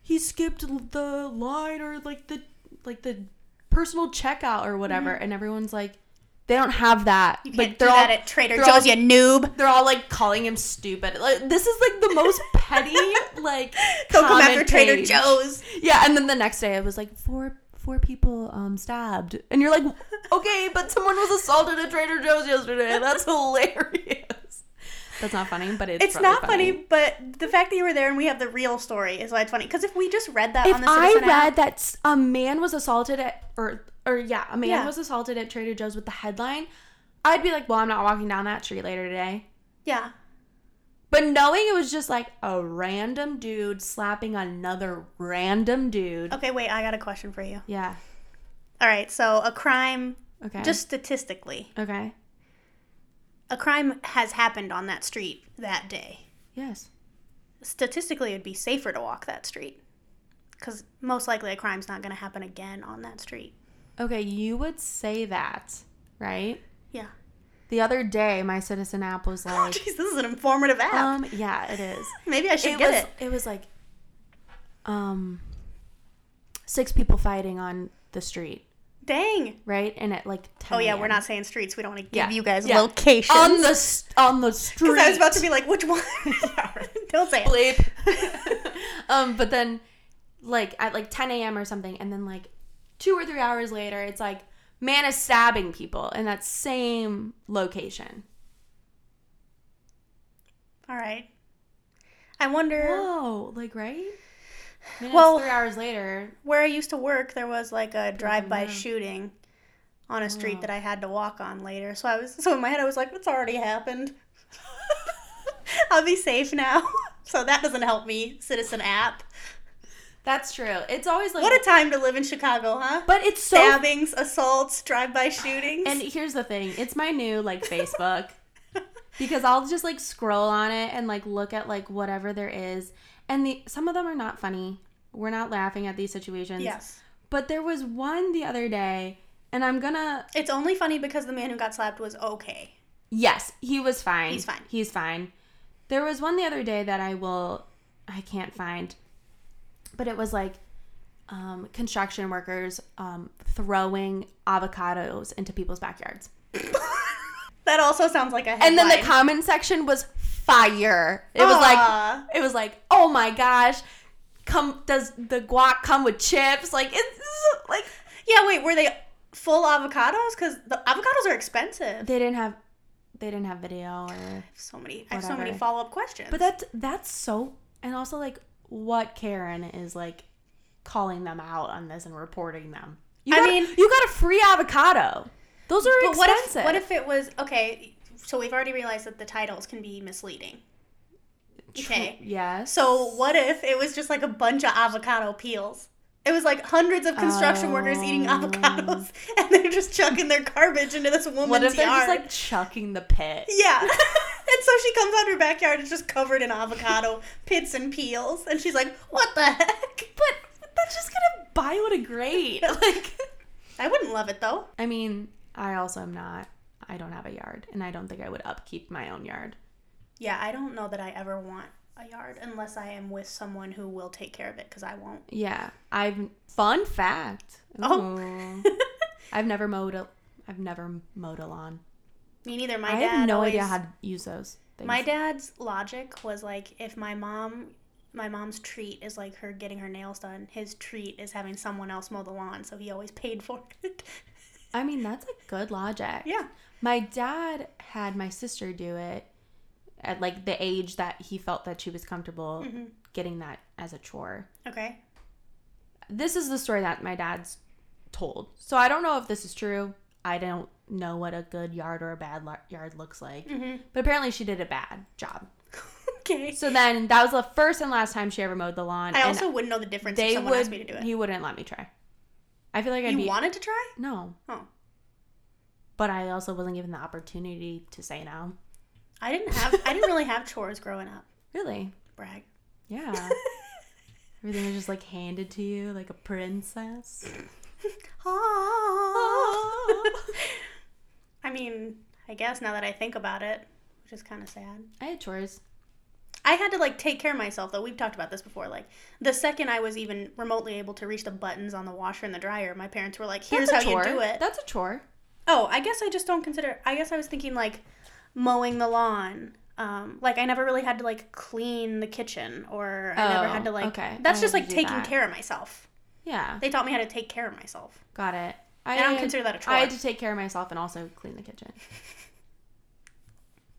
Speaker 3: he skipped l- the line or like the like the personal checkout or whatever, and everyone's like, they don't have that.
Speaker 2: Mm-hmm. You can't
Speaker 3: like
Speaker 2: do
Speaker 3: they're all
Speaker 2: that at Trader
Speaker 3: they're all-
Speaker 2: Joe's, you noob.
Speaker 3: they're all like calling him stupid. Like this is like the most petty like
Speaker 2: Don't come after
Speaker 3: comment
Speaker 2: Trader
Speaker 3: page.
Speaker 2: Joe's.
Speaker 3: Yeah, and then the next day I was like four four people um stabbed, and you're like, okay, but someone was assaulted at Trader Joe's yesterday. That's hilarious. That's not funny, but it's
Speaker 2: It's
Speaker 3: really
Speaker 2: not funny, but the fact that you were there and we have the real story is why it's funny. Because if we just read that
Speaker 3: If
Speaker 2: on the
Speaker 3: I
Speaker 2: Citizen
Speaker 3: read
Speaker 2: app,
Speaker 3: that s- a man was assaulted at or or yeah, a man
Speaker 2: Yeah.
Speaker 3: was assaulted at Trader Joe's with the headline, I'd be like, well, I'm not walking down that street later today.
Speaker 2: yeah,
Speaker 3: But knowing it was just like a random dude slapping another random dude.
Speaker 2: Okay, wait, I got a question for you.
Speaker 3: Yeah.
Speaker 2: All right, so a crime,
Speaker 3: Okay.
Speaker 2: just statistically,
Speaker 3: okay.
Speaker 2: a crime has happened on that street that day.
Speaker 3: Yes.
Speaker 2: Statistically, it'd be safer to walk that street because most likely a crime's not going to happen again on that street.
Speaker 3: Okay, you would say that, right?
Speaker 2: Yeah.
Speaker 3: The other day, my Citizen app was
Speaker 2: Oh,
Speaker 3: like,
Speaker 2: jeez, this is an informative app.
Speaker 3: um, yeah, it is.
Speaker 2: Maybe I should
Speaker 3: it
Speaker 2: get
Speaker 3: was,
Speaker 2: it.
Speaker 3: was like, um, six people fighting on the street,
Speaker 2: Dang.
Speaker 3: right? And at like ten.
Speaker 2: Oh, yeah,
Speaker 3: a.m..
Speaker 2: we're not saying streets. We don't want to give
Speaker 3: Yeah,
Speaker 2: you guys
Speaker 3: yeah.
Speaker 2: locations.
Speaker 3: on the s- on the street.
Speaker 2: Because I was about to be like, which one? don't say it.
Speaker 3: bleep. um, but then, like at like 10 a.m. or something, and then like two or three hours later, it's like man is stabbing people in that same location.
Speaker 2: All right. I wonder.
Speaker 3: Whoa, like right? I mean,
Speaker 2: Well-
Speaker 3: it's three hours later.
Speaker 2: where I used to work, there was like a drive-by
Speaker 3: no.
Speaker 2: shooting on a
Speaker 3: Oh.
Speaker 2: street that I had to walk on later. So I was so in my head I was like, "It's already happened. I'll be safe now." So that doesn't help me, Citizen App.
Speaker 3: That's true. It's always like,
Speaker 2: What a time to live in Chicago, huh?
Speaker 3: but it's so.
Speaker 2: Stabbings, assaults, drive-by shootings.
Speaker 3: and here's the thing: it's my new like Facebook. Because I'll just like scroll on it and like look at like whatever there is, and the some of them are not funny. We're not laughing at these situations.
Speaker 2: yes,
Speaker 3: But there was one the other day, and I'm gonna.
Speaker 2: it's only funny because the man who got slapped was okay.
Speaker 3: Yes, he was fine.
Speaker 2: He's fine.
Speaker 3: He's fine. There was one the other day that I will. I can't find. But it was like um, construction workers um, throwing avocados into people's backyards.
Speaker 2: That also sounds like a headline.
Speaker 3: And then the comment section was fire. It was
Speaker 2: Aw.
Speaker 3: like, it was like, oh my gosh, come does the guac come with chips? Like it's like
Speaker 2: yeah, wait, were they full avocados? Because the avocados are expensive.
Speaker 3: they didn't have, they didn't have video or
Speaker 2: so many I have so many
Speaker 3: Whatever.
Speaker 2: follow up questions.
Speaker 3: But that's that's so and also like what Karen is like calling them out on this and reporting them. You
Speaker 2: I
Speaker 3: got,
Speaker 2: mean-
Speaker 3: you got a free avocado. Those are
Speaker 2: but what if
Speaker 3: expensive.
Speaker 2: what if it was okay? So we've already realized that the titles can be misleading.
Speaker 3: Tru-
Speaker 2: Okay.
Speaker 3: Yes.
Speaker 2: So what if it was just like a bunch of avocado peels? It was like hundreds of construction workers eating
Speaker 3: Oh.
Speaker 2: avocados, and they're just chucking their garbage into this woman's
Speaker 3: what if they're
Speaker 2: yard.
Speaker 3: just like chucking the pit?
Speaker 2: yeah. and so she comes out her backyard, it's just covered in avocado pits and peels, and she's like, "What the heck?"
Speaker 3: But that's just gonna biodegrade. like
Speaker 2: I wouldn't love it though.
Speaker 3: I mean, I also am not I don't have a yard and I don't think I would upkeep my own yard.
Speaker 2: Yeah, I don't know that I ever want a yard unless I am with someone who will take care of it because I won't.
Speaker 3: Yeah. I've fun fact.
Speaker 2: Oh.
Speaker 3: Ooh. I've never mowed a I've never mowed a lawn.
Speaker 2: Me neither. My
Speaker 3: I
Speaker 2: dad
Speaker 3: have no
Speaker 2: always,
Speaker 3: idea how to use those. Things.
Speaker 2: My dad's logic was like, if my mom, my mom's treat is like her getting her nails done. His treat is having someone else mow the lawn, so he always paid for it.
Speaker 3: I mean, that's a good logic.
Speaker 2: yeah.
Speaker 3: My dad had my sister do it at like the age that he felt that she was comfortable
Speaker 2: Mm-hmm.
Speaker 3: getting that as a chore.
Speaker 2: Okay.
Speaker 3: This is the story that my dad's told. So I don't know if this is true. I don't know what a good yard or a bad lo- yard looks like.
Speaker 2: Mm-hmm.
Speaker 3: But apparently she did a bad job.
Speaker 2: Okay.
Speaker 3: So then that was the first and last time she ever mowed the lawn.
Speaker 2: I
Speaker 3: and
Speaker 2: also wouldn't know the difference if
Speaker 3: they
Speaker 2: someone
Speaker 3: would
Speaker 2: asked me to do it.
Speaker 3: he wouldn't let me try. I feel like I'd
Speaker 2: You
Speaker 3: be
Speaker 2: wanted to try?
Speaker 3: no.
Speaker 2: Oh,
Speaker 3: but I also wasn't given the opportunity to say no.
Speaker 2: I didn't have. I didn't really have chores growing up.
Speaker 3: Really?
Speaker 2: Brag.
Speaker 3: Yeah. Everything was just like handed to you like a princess.
Speaker 2: I mean, I guess now that I think about it, which is kind of sad.
Speaker 3: I had chores.
Speaker 2: I had to like take care of myself though. We've talked about this before. Like the second I was even remotely able to reach the buttons on the washer and the dryer, my parents were like, "Here's how
Speaker 3: That's a chore.
Speaker 2: you do it."
Speaker 3: That's a chore.
Speaker 2: oh, I guess I just don't consider. I guess I was thinking like mowing the lawn. Um, like I never really had to like clean the kitchen, or I never
Speaker 3: Oh,
Speaker 2: had to like.
Speaker 3: okay.
Speaker 2: That's
Speaker 3: I
Speaker 2: just
Speaker 3: had to
Speaker 2: like
Speaker 3: do
Speaker 2: taking
Speaker 3: that.
Speaker 2: care of myself.
Speaker 3: Yeah.
Speaker 2: They taught me how to take care of myself.
Speaker 3: Got it. I,
Speaker 2: don't consider that a chore.
Speaker 3: I had to take care of myself and also clean the kitchen.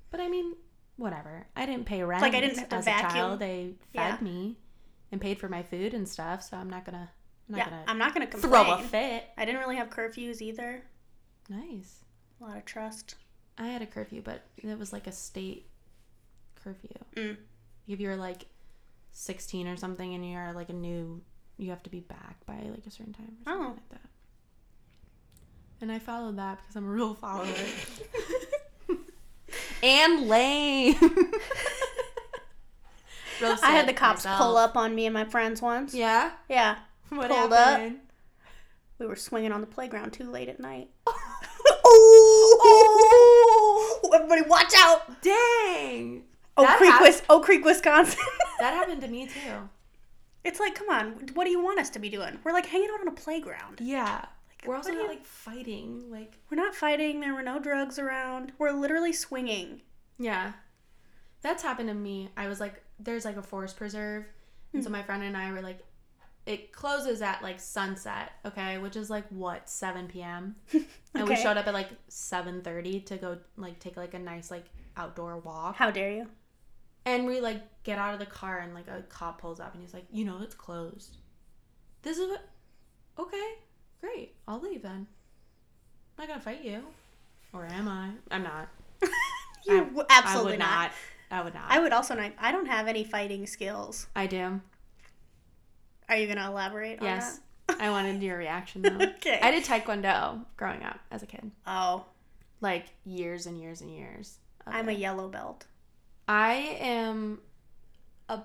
Speaker 3: but I mean, whatever. I didn't pay rent.
Speaker 2: like I didn't have to
Speaker 3: as a
Speaker 2: vacuum.
Speaker 3: child. They
Speaker 2: Yeah.
Speaker 3: fed me and paid for my food and stuff, so I'm not gonna. I'm not
Speaker 2: yeah,
Speaker 3: gonna
Speaker 2: I'm not gonna
Speaker 3: throw
Speaker 2: complain.
Speaker 3: a fit.
Speaker 2: I didn't really have curfews either.
Speaker 3: Nice.
Speaker 2: A lot of trust.
Speaker 3: I had a curfew, but it was like a state curfew.
Speaker 2: Mm.
Speaker 3: If you're like 16 or something and you're like a new, you have to be back by like a certain time or something
Speaker 2: Oh.
Speaker 3: like that. And I followed that because I'm a real follower. and lame. Real
Speaker 2: I had
Speaker 3: sick
Speaker 2: the cops
Speaker 3: myself.
Speaker 2: pull up on me and my friends once.
Speaker 3: Yeah?
Speaker 2: yeah.
Speaker 3: What
Speaker 2: Pulled up.
Speaker 3: happened? Up.
Speaker 2: We were swinging on the playground too late at night.
Speaker 3: oh!
Speaker 2: Everybody, watch out!
Speaker 3: Dang!
Speaker 2: Oak
Speaker 3: That
Speaker 2: Creek,
Speaker 3: happened-
Speaker 2: Wis- Oak Creek, Wisconsin.
Speaker 3: That happened to me too.
Speaker 2: it's like, come on, what do you want us to be doing? We're like hanging out on a playground.
Speaker 3: Yeah. We're also
Speaker 2: what do
Speaker 3: not
Speaker 2: you-
Speaker 3: like fighting. Like
Speaker 2: We're not fighting. There were no drugs around. We're literally swinging.
Speaker 3: Yeah. That's happened to me. I was like there's like a forest preserve. And so
Speaker 2: Hmm.
Speaker 3: my friend and I were like it closes at like sunset, okay, which is like what, seven PM? And we
Speaker 2: Okay.
Speaker 3: showed up at like seven thirty to go like take like a nice like outdoor walk.
Speaker 2: How dare you?
Speaker 3: And we like get out of the car and like a cop pulls up and he's like, you know, it's closed. This is what. Okay, great. I'll leave then. I'm not gonna fight you, or am I? I'm not.
Speaker 2: You
Speaker 3: I-
Speaker 2: w- absolutely
Speaker 3: I would
Speaker 2: not.
Speaker 3: not. I would not.
Speaker 2: I would also not. I don't have any fighting skills.
Speaker 3: I do.
Speaker 2: Are you going to elaborate on
Speaker 3: Yes.
Speaker 2: that?
Speaker 3: I wanted your reaction though.
Speaker 2: Okay.
Speaker 3: I did taekwondo growing up as a kid,
Speaker 2: Oh,
Speaker 3: like years and years and years. of
Speaker 2: I'm
Speaker 3: it.
Speaker 2: a yellow belt.
Speaker 3: I am a.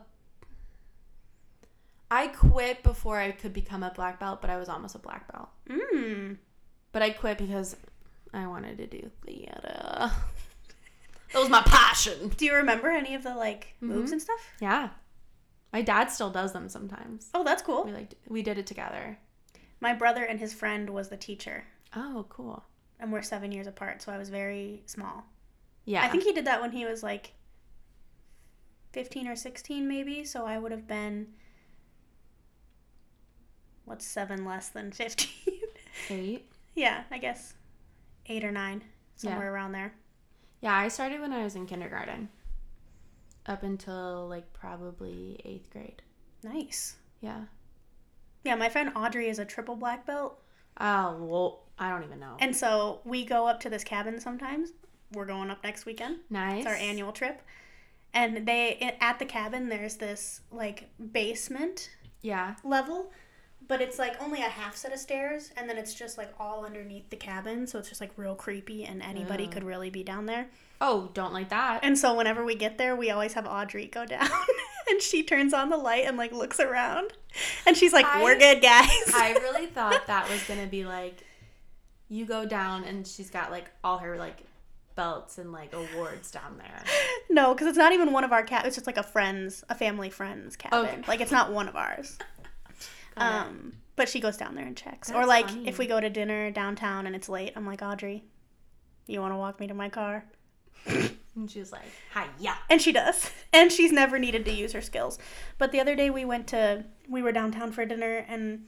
Speaker 3: I quit before I could become a black belt, but I was almost a black belt.
Speaker 2: Mmm.
Speaker 3: But I quit because I wanted to do theater. That was my passion.
Speaker 2: Do you remember any of the like moves
Speaker 3: Mhm.
Speaker 2: and stuff?
Speaker 3: Yeah. My dad still does them sometimes.
Speaker 2: Oh, that's cool.
Speaker 3: We like we did it together.
Speaker 2: My brother and his friend was the teacher,
Speaker 3: Oh, cool.
Speaker 2: and we're seven years apart, so I was very small.
Speaker 3: Yeah.
Speaker 2: I think he did that when he was like 15 or 16, maybe. So I would have been, what's seven less than 15?
Speaker 3: eight.
Speaker 2: yeah, I guess eight or nine, somewhere around there.
Speaker 3: Yeah, I started when I was in kindergarten. Up until like probably eighth grade.
Speaker 2: Nice.
Speaker 3: Yeah.
Speaker 2: Yeah, my friend Audrey is a triple black belt.
Speaker 3: Oh well, I don't even know.
Speaker 2: And so we go up to this cabin sometimes. We're going up next weekend.
Speaker 3: nice.
Speaker 2: It's our annual trip. And they at the cabin there's this like basement
Speaker 3: Yeah.
Speaker 2: level, but it's like only a half set of stairs and then it's just like all underneath the cabin, so it's just like real creepy and anybody
Speaker 3: Ew.
Speaker 2: could really be down there.
Speaker 3: Oh, don't like that.
Speaker 2: And so whenever we get there, we always have Audrey go down and she turns on the light and like looks around. And she's like,
Speaker 3: I-
Speaker 2: "We're good, guys."
Speaker 3: I really thought that was gonna be like you go down and she's got like all her like belts and like awards down there.
Speaker 2: No, because it's not even one of our cat. It's just like a friend's, a family friend's cabin.
Speaker 3: Okay.
Speaker 2: Like it's not one of ours.
Speaker 3: Got it.
Speaker 2: Um, but she goes down there and checks. or
Speaker 3: That's
Speaker 2: like
Speaker 3: funny.
Speaker 2: if we go to dinner downtown and it's late, I'm like Audrey, you want to walk me to my car?
Speaker 3: and she's like, "Hi, yeah."
Speaker 2: And she does. And she's never needed to use her skills. But the other day we went to we were downtown for dinner and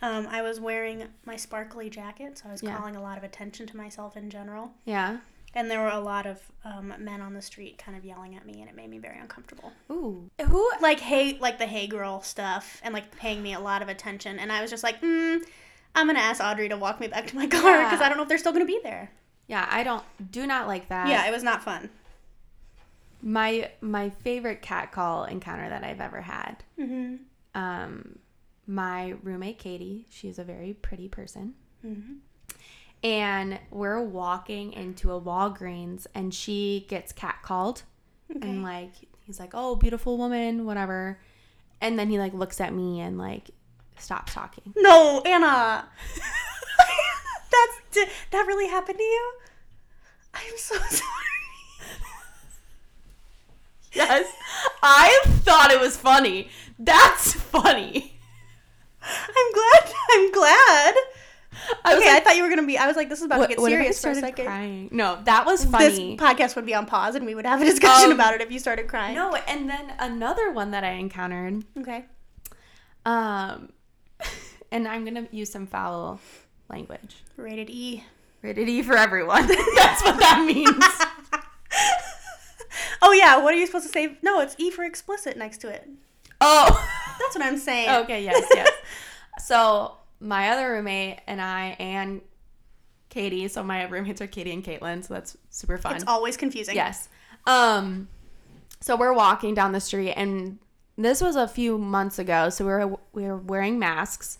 Speaker 2: um, I was wearing my sparkly jacket, so I was
Speaker 3: Yeah.
Speaker 2: calling a lot of attention to myself in general.
Speaker 3: Yeah.
Speaker 2: And there were a lot of um, men on the street kind of yelling at me, and it made me very uncomfortable.
Speaker 3: Ooh. Who?
Speaker 2: like hey like the hey girl stuff and like paying me a lot of attention and i was just like mm, i'm gonna ask audrey to walk me back to my car
Speaker 3: Yeah.
Speaker 2: because i don't know if they're still gonna be there
Speaker 3: Yeah, I don't do not like that.
Speaker 2: yeah it was not fun
Speaker 3: My my favorite cat call encounter that I've ever had.
Speaker 2: mm-hmm.
Speaker 3: Um, my roommate Katie, she's a very pretty person.
Speaker 2: Mm-hmm.
Speaker 3: And we're walking into a Walgreens, and she gets catcalled, and like he's like, "Oh, beautiful woman, whatever," and then he like looks at me and like stops talking.
Speaker 2: no anna that's di- that really happened to you i'm so sorry
Speaker 3: Yes, thought it was funny. That's funny.
Speaker 2: I'm glad. I'm glad.
Speaker 3: I was
Speaker 2: Okay, I
Speaker 3: like,
Speaker 2: thought you were gonna be. I was like, this is about
Speaker 3: what,
Speaker 2: to get
Speaker 3: what if I
Speaker 2: serious for a
Speaker 3: started
Speaker 2: second.
Speaker 3: crying? No, that was
Speaker 2: This
Speaker 3: funny.
Speaker 2: podcast would be on pause, and we would have a discussion
Speaker 3: Um,
Speaker 2: about it if you started crying.
Speaker 3: no, and then another one that I encountered.
Speaker 2: Okay.
Speaker 3: Um, and I'm gonna use some foul language.
Speaker 2: Rated E.
Speaker 3: Rated E for everyone. That's what that means.
Speaker 2: Oh yeah. What are you supposed to say? No, it's E for explicit next to it.
Speaker 3: oh.
Speaker 2: That's what I'm saying.
Speaker 3: Okay, yes, yes. so my other roommate and I and Katie, so my roommates are Katie and Caitlin, so that's super fun.
Speaker 2: It's always confusing.
Speaker 3: yes. Um so we're walking down the street and this was a few months ago, so we were we were wearing masks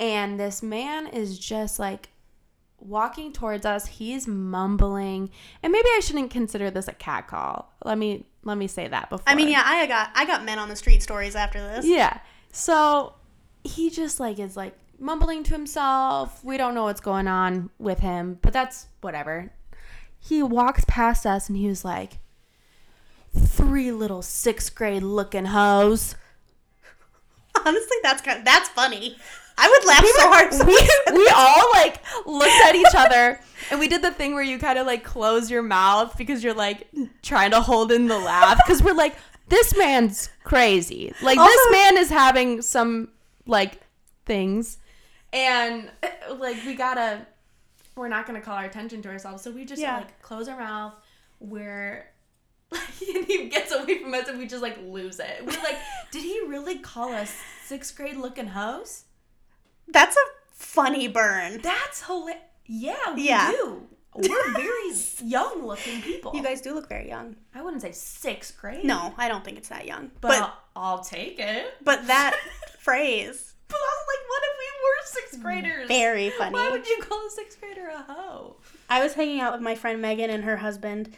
Speaker 3: and this man is just like walking towards us. He's mumbling. And maybe I shouldn't consider this a cat call. Let me let me say that before.
Speaker 2: I mean, yeah, I got I got men on the street stories after this.
Speaker 3: Yeah. So he just like is like mumbling to himself. We don't know what's going on with him, but that's whatever. He walks past us and he was like, three little sixth grade looking hoes.
Speaker 2: Honestly, that's kind that's funny. I would laugh so hard.
Speaker 3: We, we all like looked at each other and we did the thing where you kind of like close your mouth because you're like trying to hold in the laugh because we're like, this man's crazy. Like,
Speaker 2: Also-
Speaker 3: this man is having some like things. And uh, like, we gotta, we're not gonna call our attention to ourselves. So we just
Speaker 2: Yeah.
Speaker 3: like close our mouth. We're. and he gets away from us and we just like lose it. We're like, did he really call us sixth grade looking hoes?
Speaker 2: That's a funny burn.
Speaker 3: That's hilarious. Yeah, we
Speaker 2: Yeah.
Speaker 3: do. We're very young looking people.
Speaker 2: You guys do look very young.
Speaker 3: I wouldn't say sixth grade.
Speaker 2: No, I don't think it's that young.
Speaker 3: but,
Speaker 2: But
Speaker 3: I'll, I'll take it.
Speaker 2: but that phrase
Speaker 3: But I was like, what if we were sixth graders?
Speaker 2: Mm, very funny.
Speaker 3: Why would you call a sixth grader a hoe?
Speaker 2: I was hanging out with my friend Megan and her husband,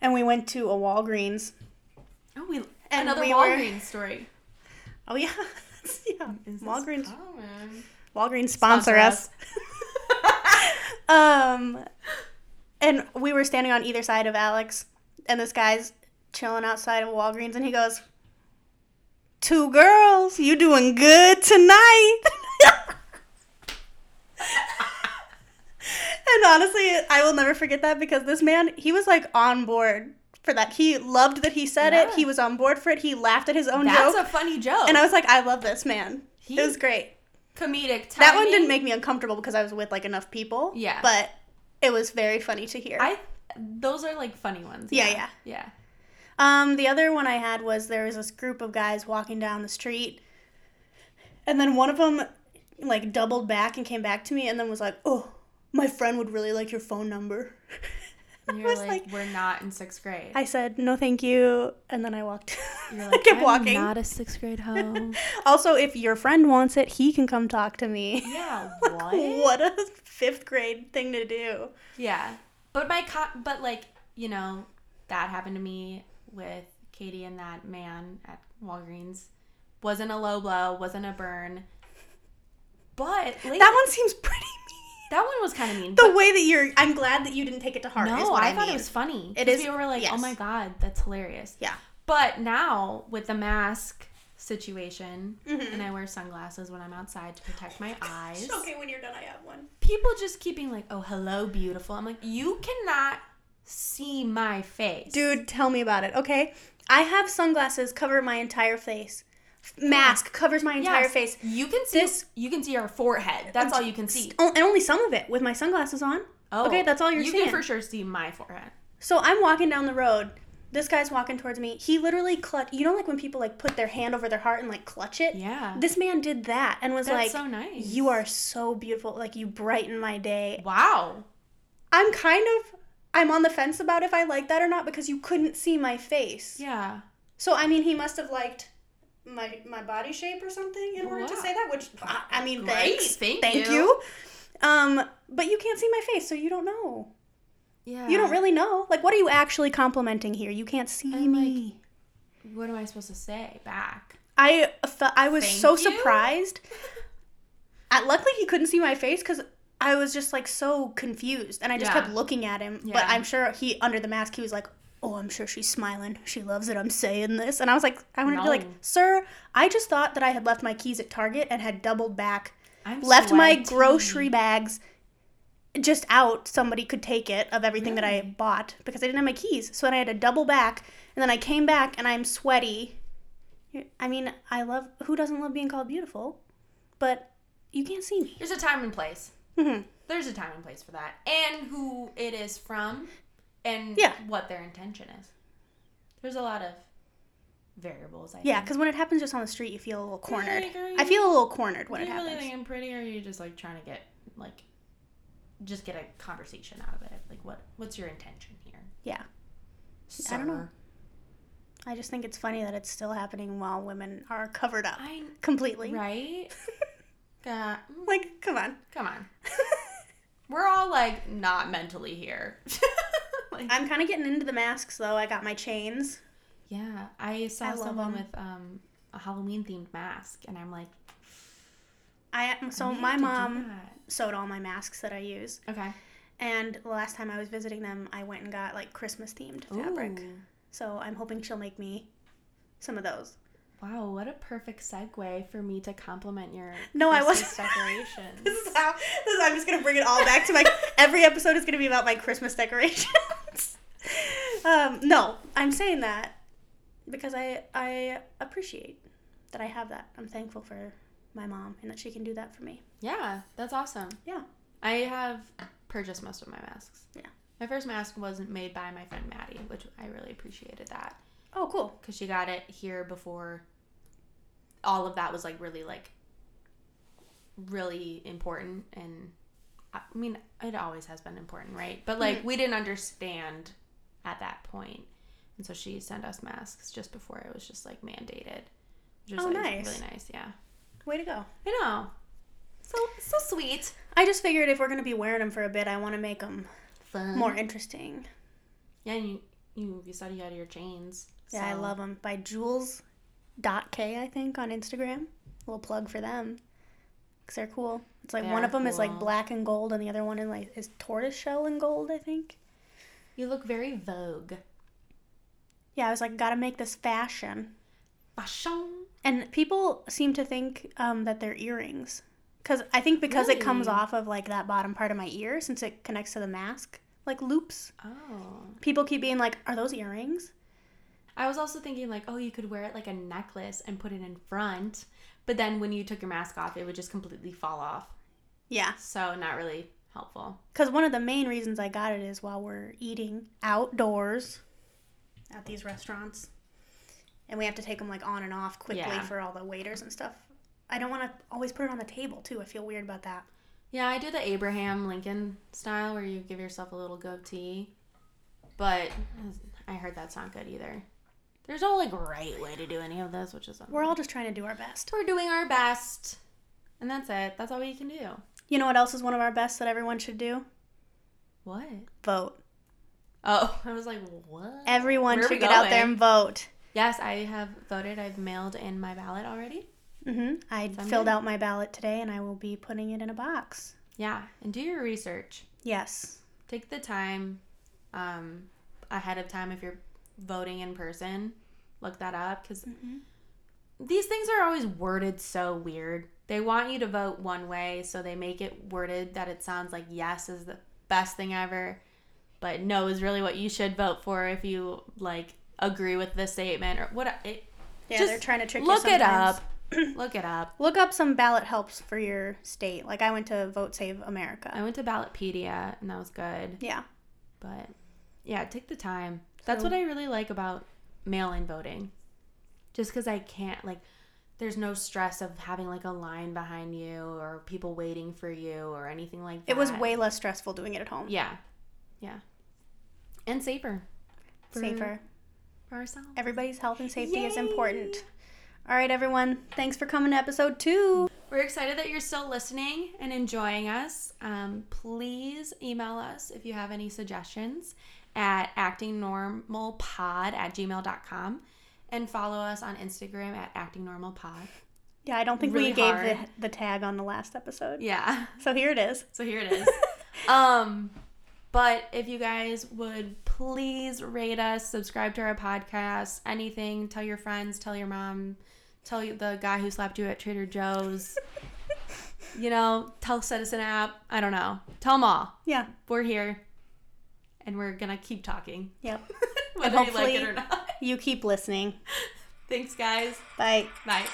Speaker 2: and we went to a Walgreens.
Speaker 3: Oh, we
Speaker 2: And
Speaker 3: another
Speaker 2: we were-
Speaker 3: Walgreens story.
Speaker 2: Oh yeah, yeah.
Speaker 3: Is this
Speaker 2: Walgreens.
Speaker 3: common?
Speaker 2: Walgreens Oh, sponsor,
Speaker 3: Sponsor
Speaker 2: us. um, and we were standing on either side of Alex, and this guy's chilling outside of Walgreens, and he goes, Two girls, you doing good tonight. and honestly, I will never forget that because this man, he was like on board for that. He loved that he said
Speaker 3: Yeah.
Speaker 2: it, he was on board for it, he laughed at his own
Speaker 3: That's
Speaker 2: joke.
Speaker 3: a funny joke.
Speaker 2: and I was like, I love this man.
Speaker 3: He-
Speaker 2: it was great.
Speaker 3: comedic. Timing.
Speaker 2: That one didn't make me uncomfortable because I was with like enough people.
Speaker 3: Yeah.
Speaker 2: But it was very funny to hear.
Speaker 3: I. Those are like funny ones.
Speaker 2: Yeah,
Speaker 3: yeah, yeah.
Speaker 2: um, the other one I had was there was this group of guys walking down the street, and then one of them like doubled back and came back to me, and then was like, "Oh, my friend would really like your phone number."
Speaker 3: And You're
Speaker 2: was
Speaker 3: like,
Speaker 2: like-
Speaker 3: we're not in sixth grade.
Speaker 2: I said, "No, thank you," and then I walked.
Speaker 3: You're
Speaker 2: I
Speaker 3: like,
Speaker 2: kept
Speaker 3: I'm
Speaker 2: walking.
Speaker 3: Not a sixth grade hoe.
Speaker 2: Also, if your friend wants it, he can come talk to me.
Speaker 3: yeah.
Speaker 2: what a fifth grade thing to do.
Speaker 3: Yeah, but my co- but like you know that happened to me with Katie and that man at Walgreens. Wasn't a low blow. Wasn't a burn. But later,
Speaker 2: That one seems pretty mean.
Speaker 3: that one was kind of mean.
Speaker 2: the way that you're i'm glad that you didn't take it to
Speaker 3: but
Speaker 2: heart is
Speaker 3: no,
Speaker 2: what
Speaker 3: I,
Speaker 2: i,
Speaker 3: thought
Speaker 2: mean.
Speaker 3: it was funny.
Speaker 2: It
Speaker 3: 'cause
Speaker 2: is-
Speaker 3: We were like, oh
Speaker 2: yes.
Speaker 3: my god, that's hilarious.
Speaker 2: yeah
Speaker 3: But now with the mask situation,
Speaker 2: Mm-hmm.
Speaker 3: and I wear sunglasses when I'm outside to protect my eyes.
Speaker 2: when you're done i have one
Speaker 3: people just keep being like, "Oh, hello, beautiful." I'm like, "You cannot see my face."
Speaker 2: dude tell me about it okay i have sunglasses cover my entire face F- mask covers my entire
Speaker 3: Yes,
Speaker 2: face
Speaker 3: You can see
Speaker 2: This-
Speaker 3: you can see our forehead. That's all you can see.
Speaker 2: Oh, and only some of it with my sunglasses on
Speaker 3: Oh,
Speaker 2: okay that's all you're
Speaker 3: you
Speaker 2: seeing
Speaker 3: can for sure see my forehead.
Speaker 2: so i'm walking down the road this guy's walking towards me he literally clutch you know like when people like put their hand over their heart and like clutch it
Speaker 3: Yeah.
Speaker 2: this man did that and was
Speaker 3: That's
Speaker 2: like
Speaker 3: so nice.
Speaker 2: you are so beautiful like you brighten my day
Speaker 3: Wow.
Speaker 2: I'm kind of I'm on the fence about if I like that or not because you couldn't see my face.
Speaker 3: Yeah.
Speaker 2: So I mean, he must have liked my my body shape or something in order to
Speaker 3: Wow.
Speaker 2: say that. Which I, I mean,
Speaker 3: Great,
Speaker 2: thanks,
Speaker 3: thank you.
Speaker 2: you. Um, but you can't see my face, so you don't know.
Speaker 3: Yeah.
Speaker 2: You don't really know. Like, what are you actually complimenting here? You can't see
Speaker 3: I'm like-
Speaker 2: me.
Speaker 3: What am I supposed to say back?
Speaker 2: I fe- I was
Speaker 3: Thank
Speaker 2: so
Speaker 3: you.
Speaker 2: surprised. I, luckily, he couldn't see my face because I was just like so confused, and I just
Speaker 3: Yeah.
Speaker 2: kept looking at him.
Speaker 3: Yeah.
Speaker 2: But I'm sure he under the mask he was like, oh, I'm sure she's smiling. She loves it. I'm saying this. And I was like, I wanted to be like,
Speaker 3: No.
Speaker 2: sir, I just thought that I had left my keys at Target and had doubled back,
Speaker 3: I'm
Speaker 2: left my
Speaker 3: sweaty.
Speaker 2: grocery bags just out. Somebody could take it of everything that I bought because I didn't have my keys. So then I had to double back. And then I came back and I'm sweaty. I mean, I love, who doesn't love being called beautiful? But you can't see me.
Speaker 3: There's a time and place.
Speaker 2: Mhm.
Speaker 3: There's a time and place for that, and who it is from, and
Speaker 2: Yeah.
Speaker 3: what their intention is. There's a lot of variables. I
Speaker 2: Yeah,
Speaker 3: think.
Speaker 2: because when it happens just on the street, you feel a little cornered.
Speaker 3: agree.
Speaker 2: I feel a little cornered when
Speaker 3: Do
Speaker 2: it
Speaker 3: you
Speaker 2: happens.
Speaker 3: really think I'm pretty, or are you just like trying to get like, just get a conversation out of it? Like, what what's your intention here?
Speaker 2: Yeah. I don't
Speaker 3: sir?
Speaker 2: know. I just think it's funny that it's still happening while women are covered up
Speaker 3: I
Speaker 2: completely.
Speaker 3: right. God, mm,
Speaker 2: Like, come on.
Speaker 3: come on. We're all like not mentally here. like,
Speaker 2: I'm kind of getting into the masks though. I got my chains.
Speaker 3: Yeah, I saw
Speaker 2: I love
Speaker 3: someone
Speaker 2: 'em.
Speaker 3: with um, a Halloween themed mask, and I'm like,
Speaker 2: I so
Speaker 3: "We have
Speaker 2: Oh, my
Speaker 3: to do
Speaker 2: mom
Speaker 3: that."
Speaker 2: sewed all my masks that I use,
Speaker 3: Okay.
Speaker 2: and the last time I was visiting them, I went and got like Christmas themed fabric.
Speaker 3: Ooh,
Speaker 2: So I'm hoping she'll make me some of those.
Speaker 3: Wow, what a perfect segue for me to compliment your
Speaker 2: No, I
Speaker 3: Christmas
Speaker 2: wasn't.
Speaker 3: decorations.
Speaker 2: This is how. This is, I'm just gonna bring it all back to my. every episode is gonna be about my Christmas decorations. um, no, I'm saying that because I I appreciate that I have that. I'm thankful for my mom and that she can do that for me.
Speaker 3: yeah, that's awesome.
Speaker 2: Yeah.
Speaker 3: I have purchased most of my masks.
Speaker 2: Yeah.
Speaker 3: My first mask wasn't made by my friend Maddie, which I really appreciated that
Speaker 2: Oh, cool.
Speaker 3: because she got it here before all of that was like really like really important and i mean it always has been important right but like
Speaker 2: Mm-hmm.
Speaker 3: we didn't understand at that point and so she sent us masks just before it was just like mandated which was
Speaker 2: Oh,
Speaker 3: like
Speaker 2: nice.
Speaker 3: really nice yeah
Speaker 2: Way to go.
Speaker 3: i know so so sweet
Speaker 2: I just figured if we're gonna be wearing them for a bit, I want to make them
Speaker 3: fun
Speaker 2: more interesting.
Speaker 3: yeah and you you, you said you had your chains
Speaker 2: Yeah, I
Speaker 3: so-
Speaker 2: love them by Jules. Dot K, I think, on Instagram. little plug for them. Because they're cool. It's like
Speaker 3: They
Speaker 2: one
Speaker 3: are
Speaker 2: of them is like
Speaker 3: cool.
Speaker 2: black and gold, and the other one in like is tortoise shell and gold, I think.
Speaker 3: you look very vogue
Speaker 2: Yeah, I was like, gotta make this fashion.
Speaker 3: fashion
Speaker 2: And people seem to think um, that they're earrings. Because I think because it comes
Speaker 3: Really?
Speaker 2: off of like that bottom part of my ear, since it connects to the mask, like loops.
Speaker 3: oh
Speaker 2: People keep being like, are those earrings?
Speaker 3: I was also thinking like, oh, you could wear it like a necklace and put it in front, but then when you took your mask off, it would just completely fall off.
Speaker 2: Yeah.
Speaker 3: So not really helpful.
Speaker 2: Because one of the main reasons I got it is while we're eating outdoors at these restaurants, and we have to take them like on and off quickly
Speaker 3: Yeah.
Speaker 2: for all the waiters and stuff. I don't want to always put it on the table too. I feel weird about that.
Speaker 3: Yeah, I do the Abraham Lincoln style where you give yourself a little goatee, but I heard that's not good either. There's no like right way to do any of this, which is
Speaker 2: We're all just trying to do our best.
Speaker 3: we're doing our best, and that's it. That's all we can do.
Speaker 2: You know what else is one of our best that everyone should do?
Speaker 3: What?
Speaker 2: Vote.
Speaker 3: Oh, I was like, what?
Speaker 2: Everyone
Speaker 3: Where are
Speaker 2: should
Speaker 3: we
Speaker 2: get out there
Speaker 3: going?
Speaker 2: and vote.
Speaker 3: Yes, I have voted. I've mailed in my ballot already.
Speaker 2: hmm I
Speaker 3: Someday.
Speaker 2: filled out my ballot today, and I will be putting it in a box.
Speaker 3: Yeah, and do your research.
Speaker 2: Yes.
Speaker 3: Take the time um, ahead of time if you're voting in person. Look that up because these things are always worded so weird. They want you to vote one way, so they make it worded that it sounds like yes is the best thing ever, but no is really what you should vote for if you like agree with the statement or what. It,
Speaker 2: Yeah,
Speaker 3: Just
Speaker 2: they're trying to trick you.
Speaker 3: look it
Speaker 2: sometimes.
Speaker 3: up. look it up.
Speaker 2: Look up some ballot helps for your state. Like I went to Vote Save America.
Speaker 3: I went to Ballotpedia and that was good.
Speaker 2: Yeah.
Speaker 3: But yeah, take the time. That's what I really like about mail in voting. Just because I can't, like, there's no stress of having like a line behind you or people waiting for you or anything like that.
Speaker 2: It was way less stressful doing it at home.
Speaker 3: Yeah. Yeah. And safer for-
Speaker 2: Safer.
Speaker 3: for ourselves.
Speaker 2: Everybody's health and safety is
Speaker 3: Yay!
Speaker 2: important. All right, everyone. Thanks for coming to episode two.
Speaker 3: We're excited that you're still listening and enjoying us. Um, please email us if you have any suggestions at actingnormalpod at gmail.com and follow us on Instagram at actingnormalpod.
Speaker 2: Yeah, I don't think
Speaker 3: Really
Speaker 2: we gave
Speaker 3: hard.
Speaker 2: the, the tag on the last episode.
Speaker 3: Yeah,
Speaker 2: So here it is.
Speaker 3: so here it is. um, but if you guys would please rate us, subscribe to our podcast, anything. Tell your friends, tell your mom, tell you- the guy who slapped you at Trader Joe's. you know, tell Citizen app. I don't know. Tell them all.
Speaker 2: Yeah.
Speaker 3: We're here, and we're gonna keep talking,
Speaker 2: Yep.
Speaker 3: whether you like it or
Speaker 2: hopefully-
Speaker 3: not.
Speaker 2: you keep listening.
Speaker 3: Thanks, guys.
Speaker 2: Bye.
Speaker 3: Bye.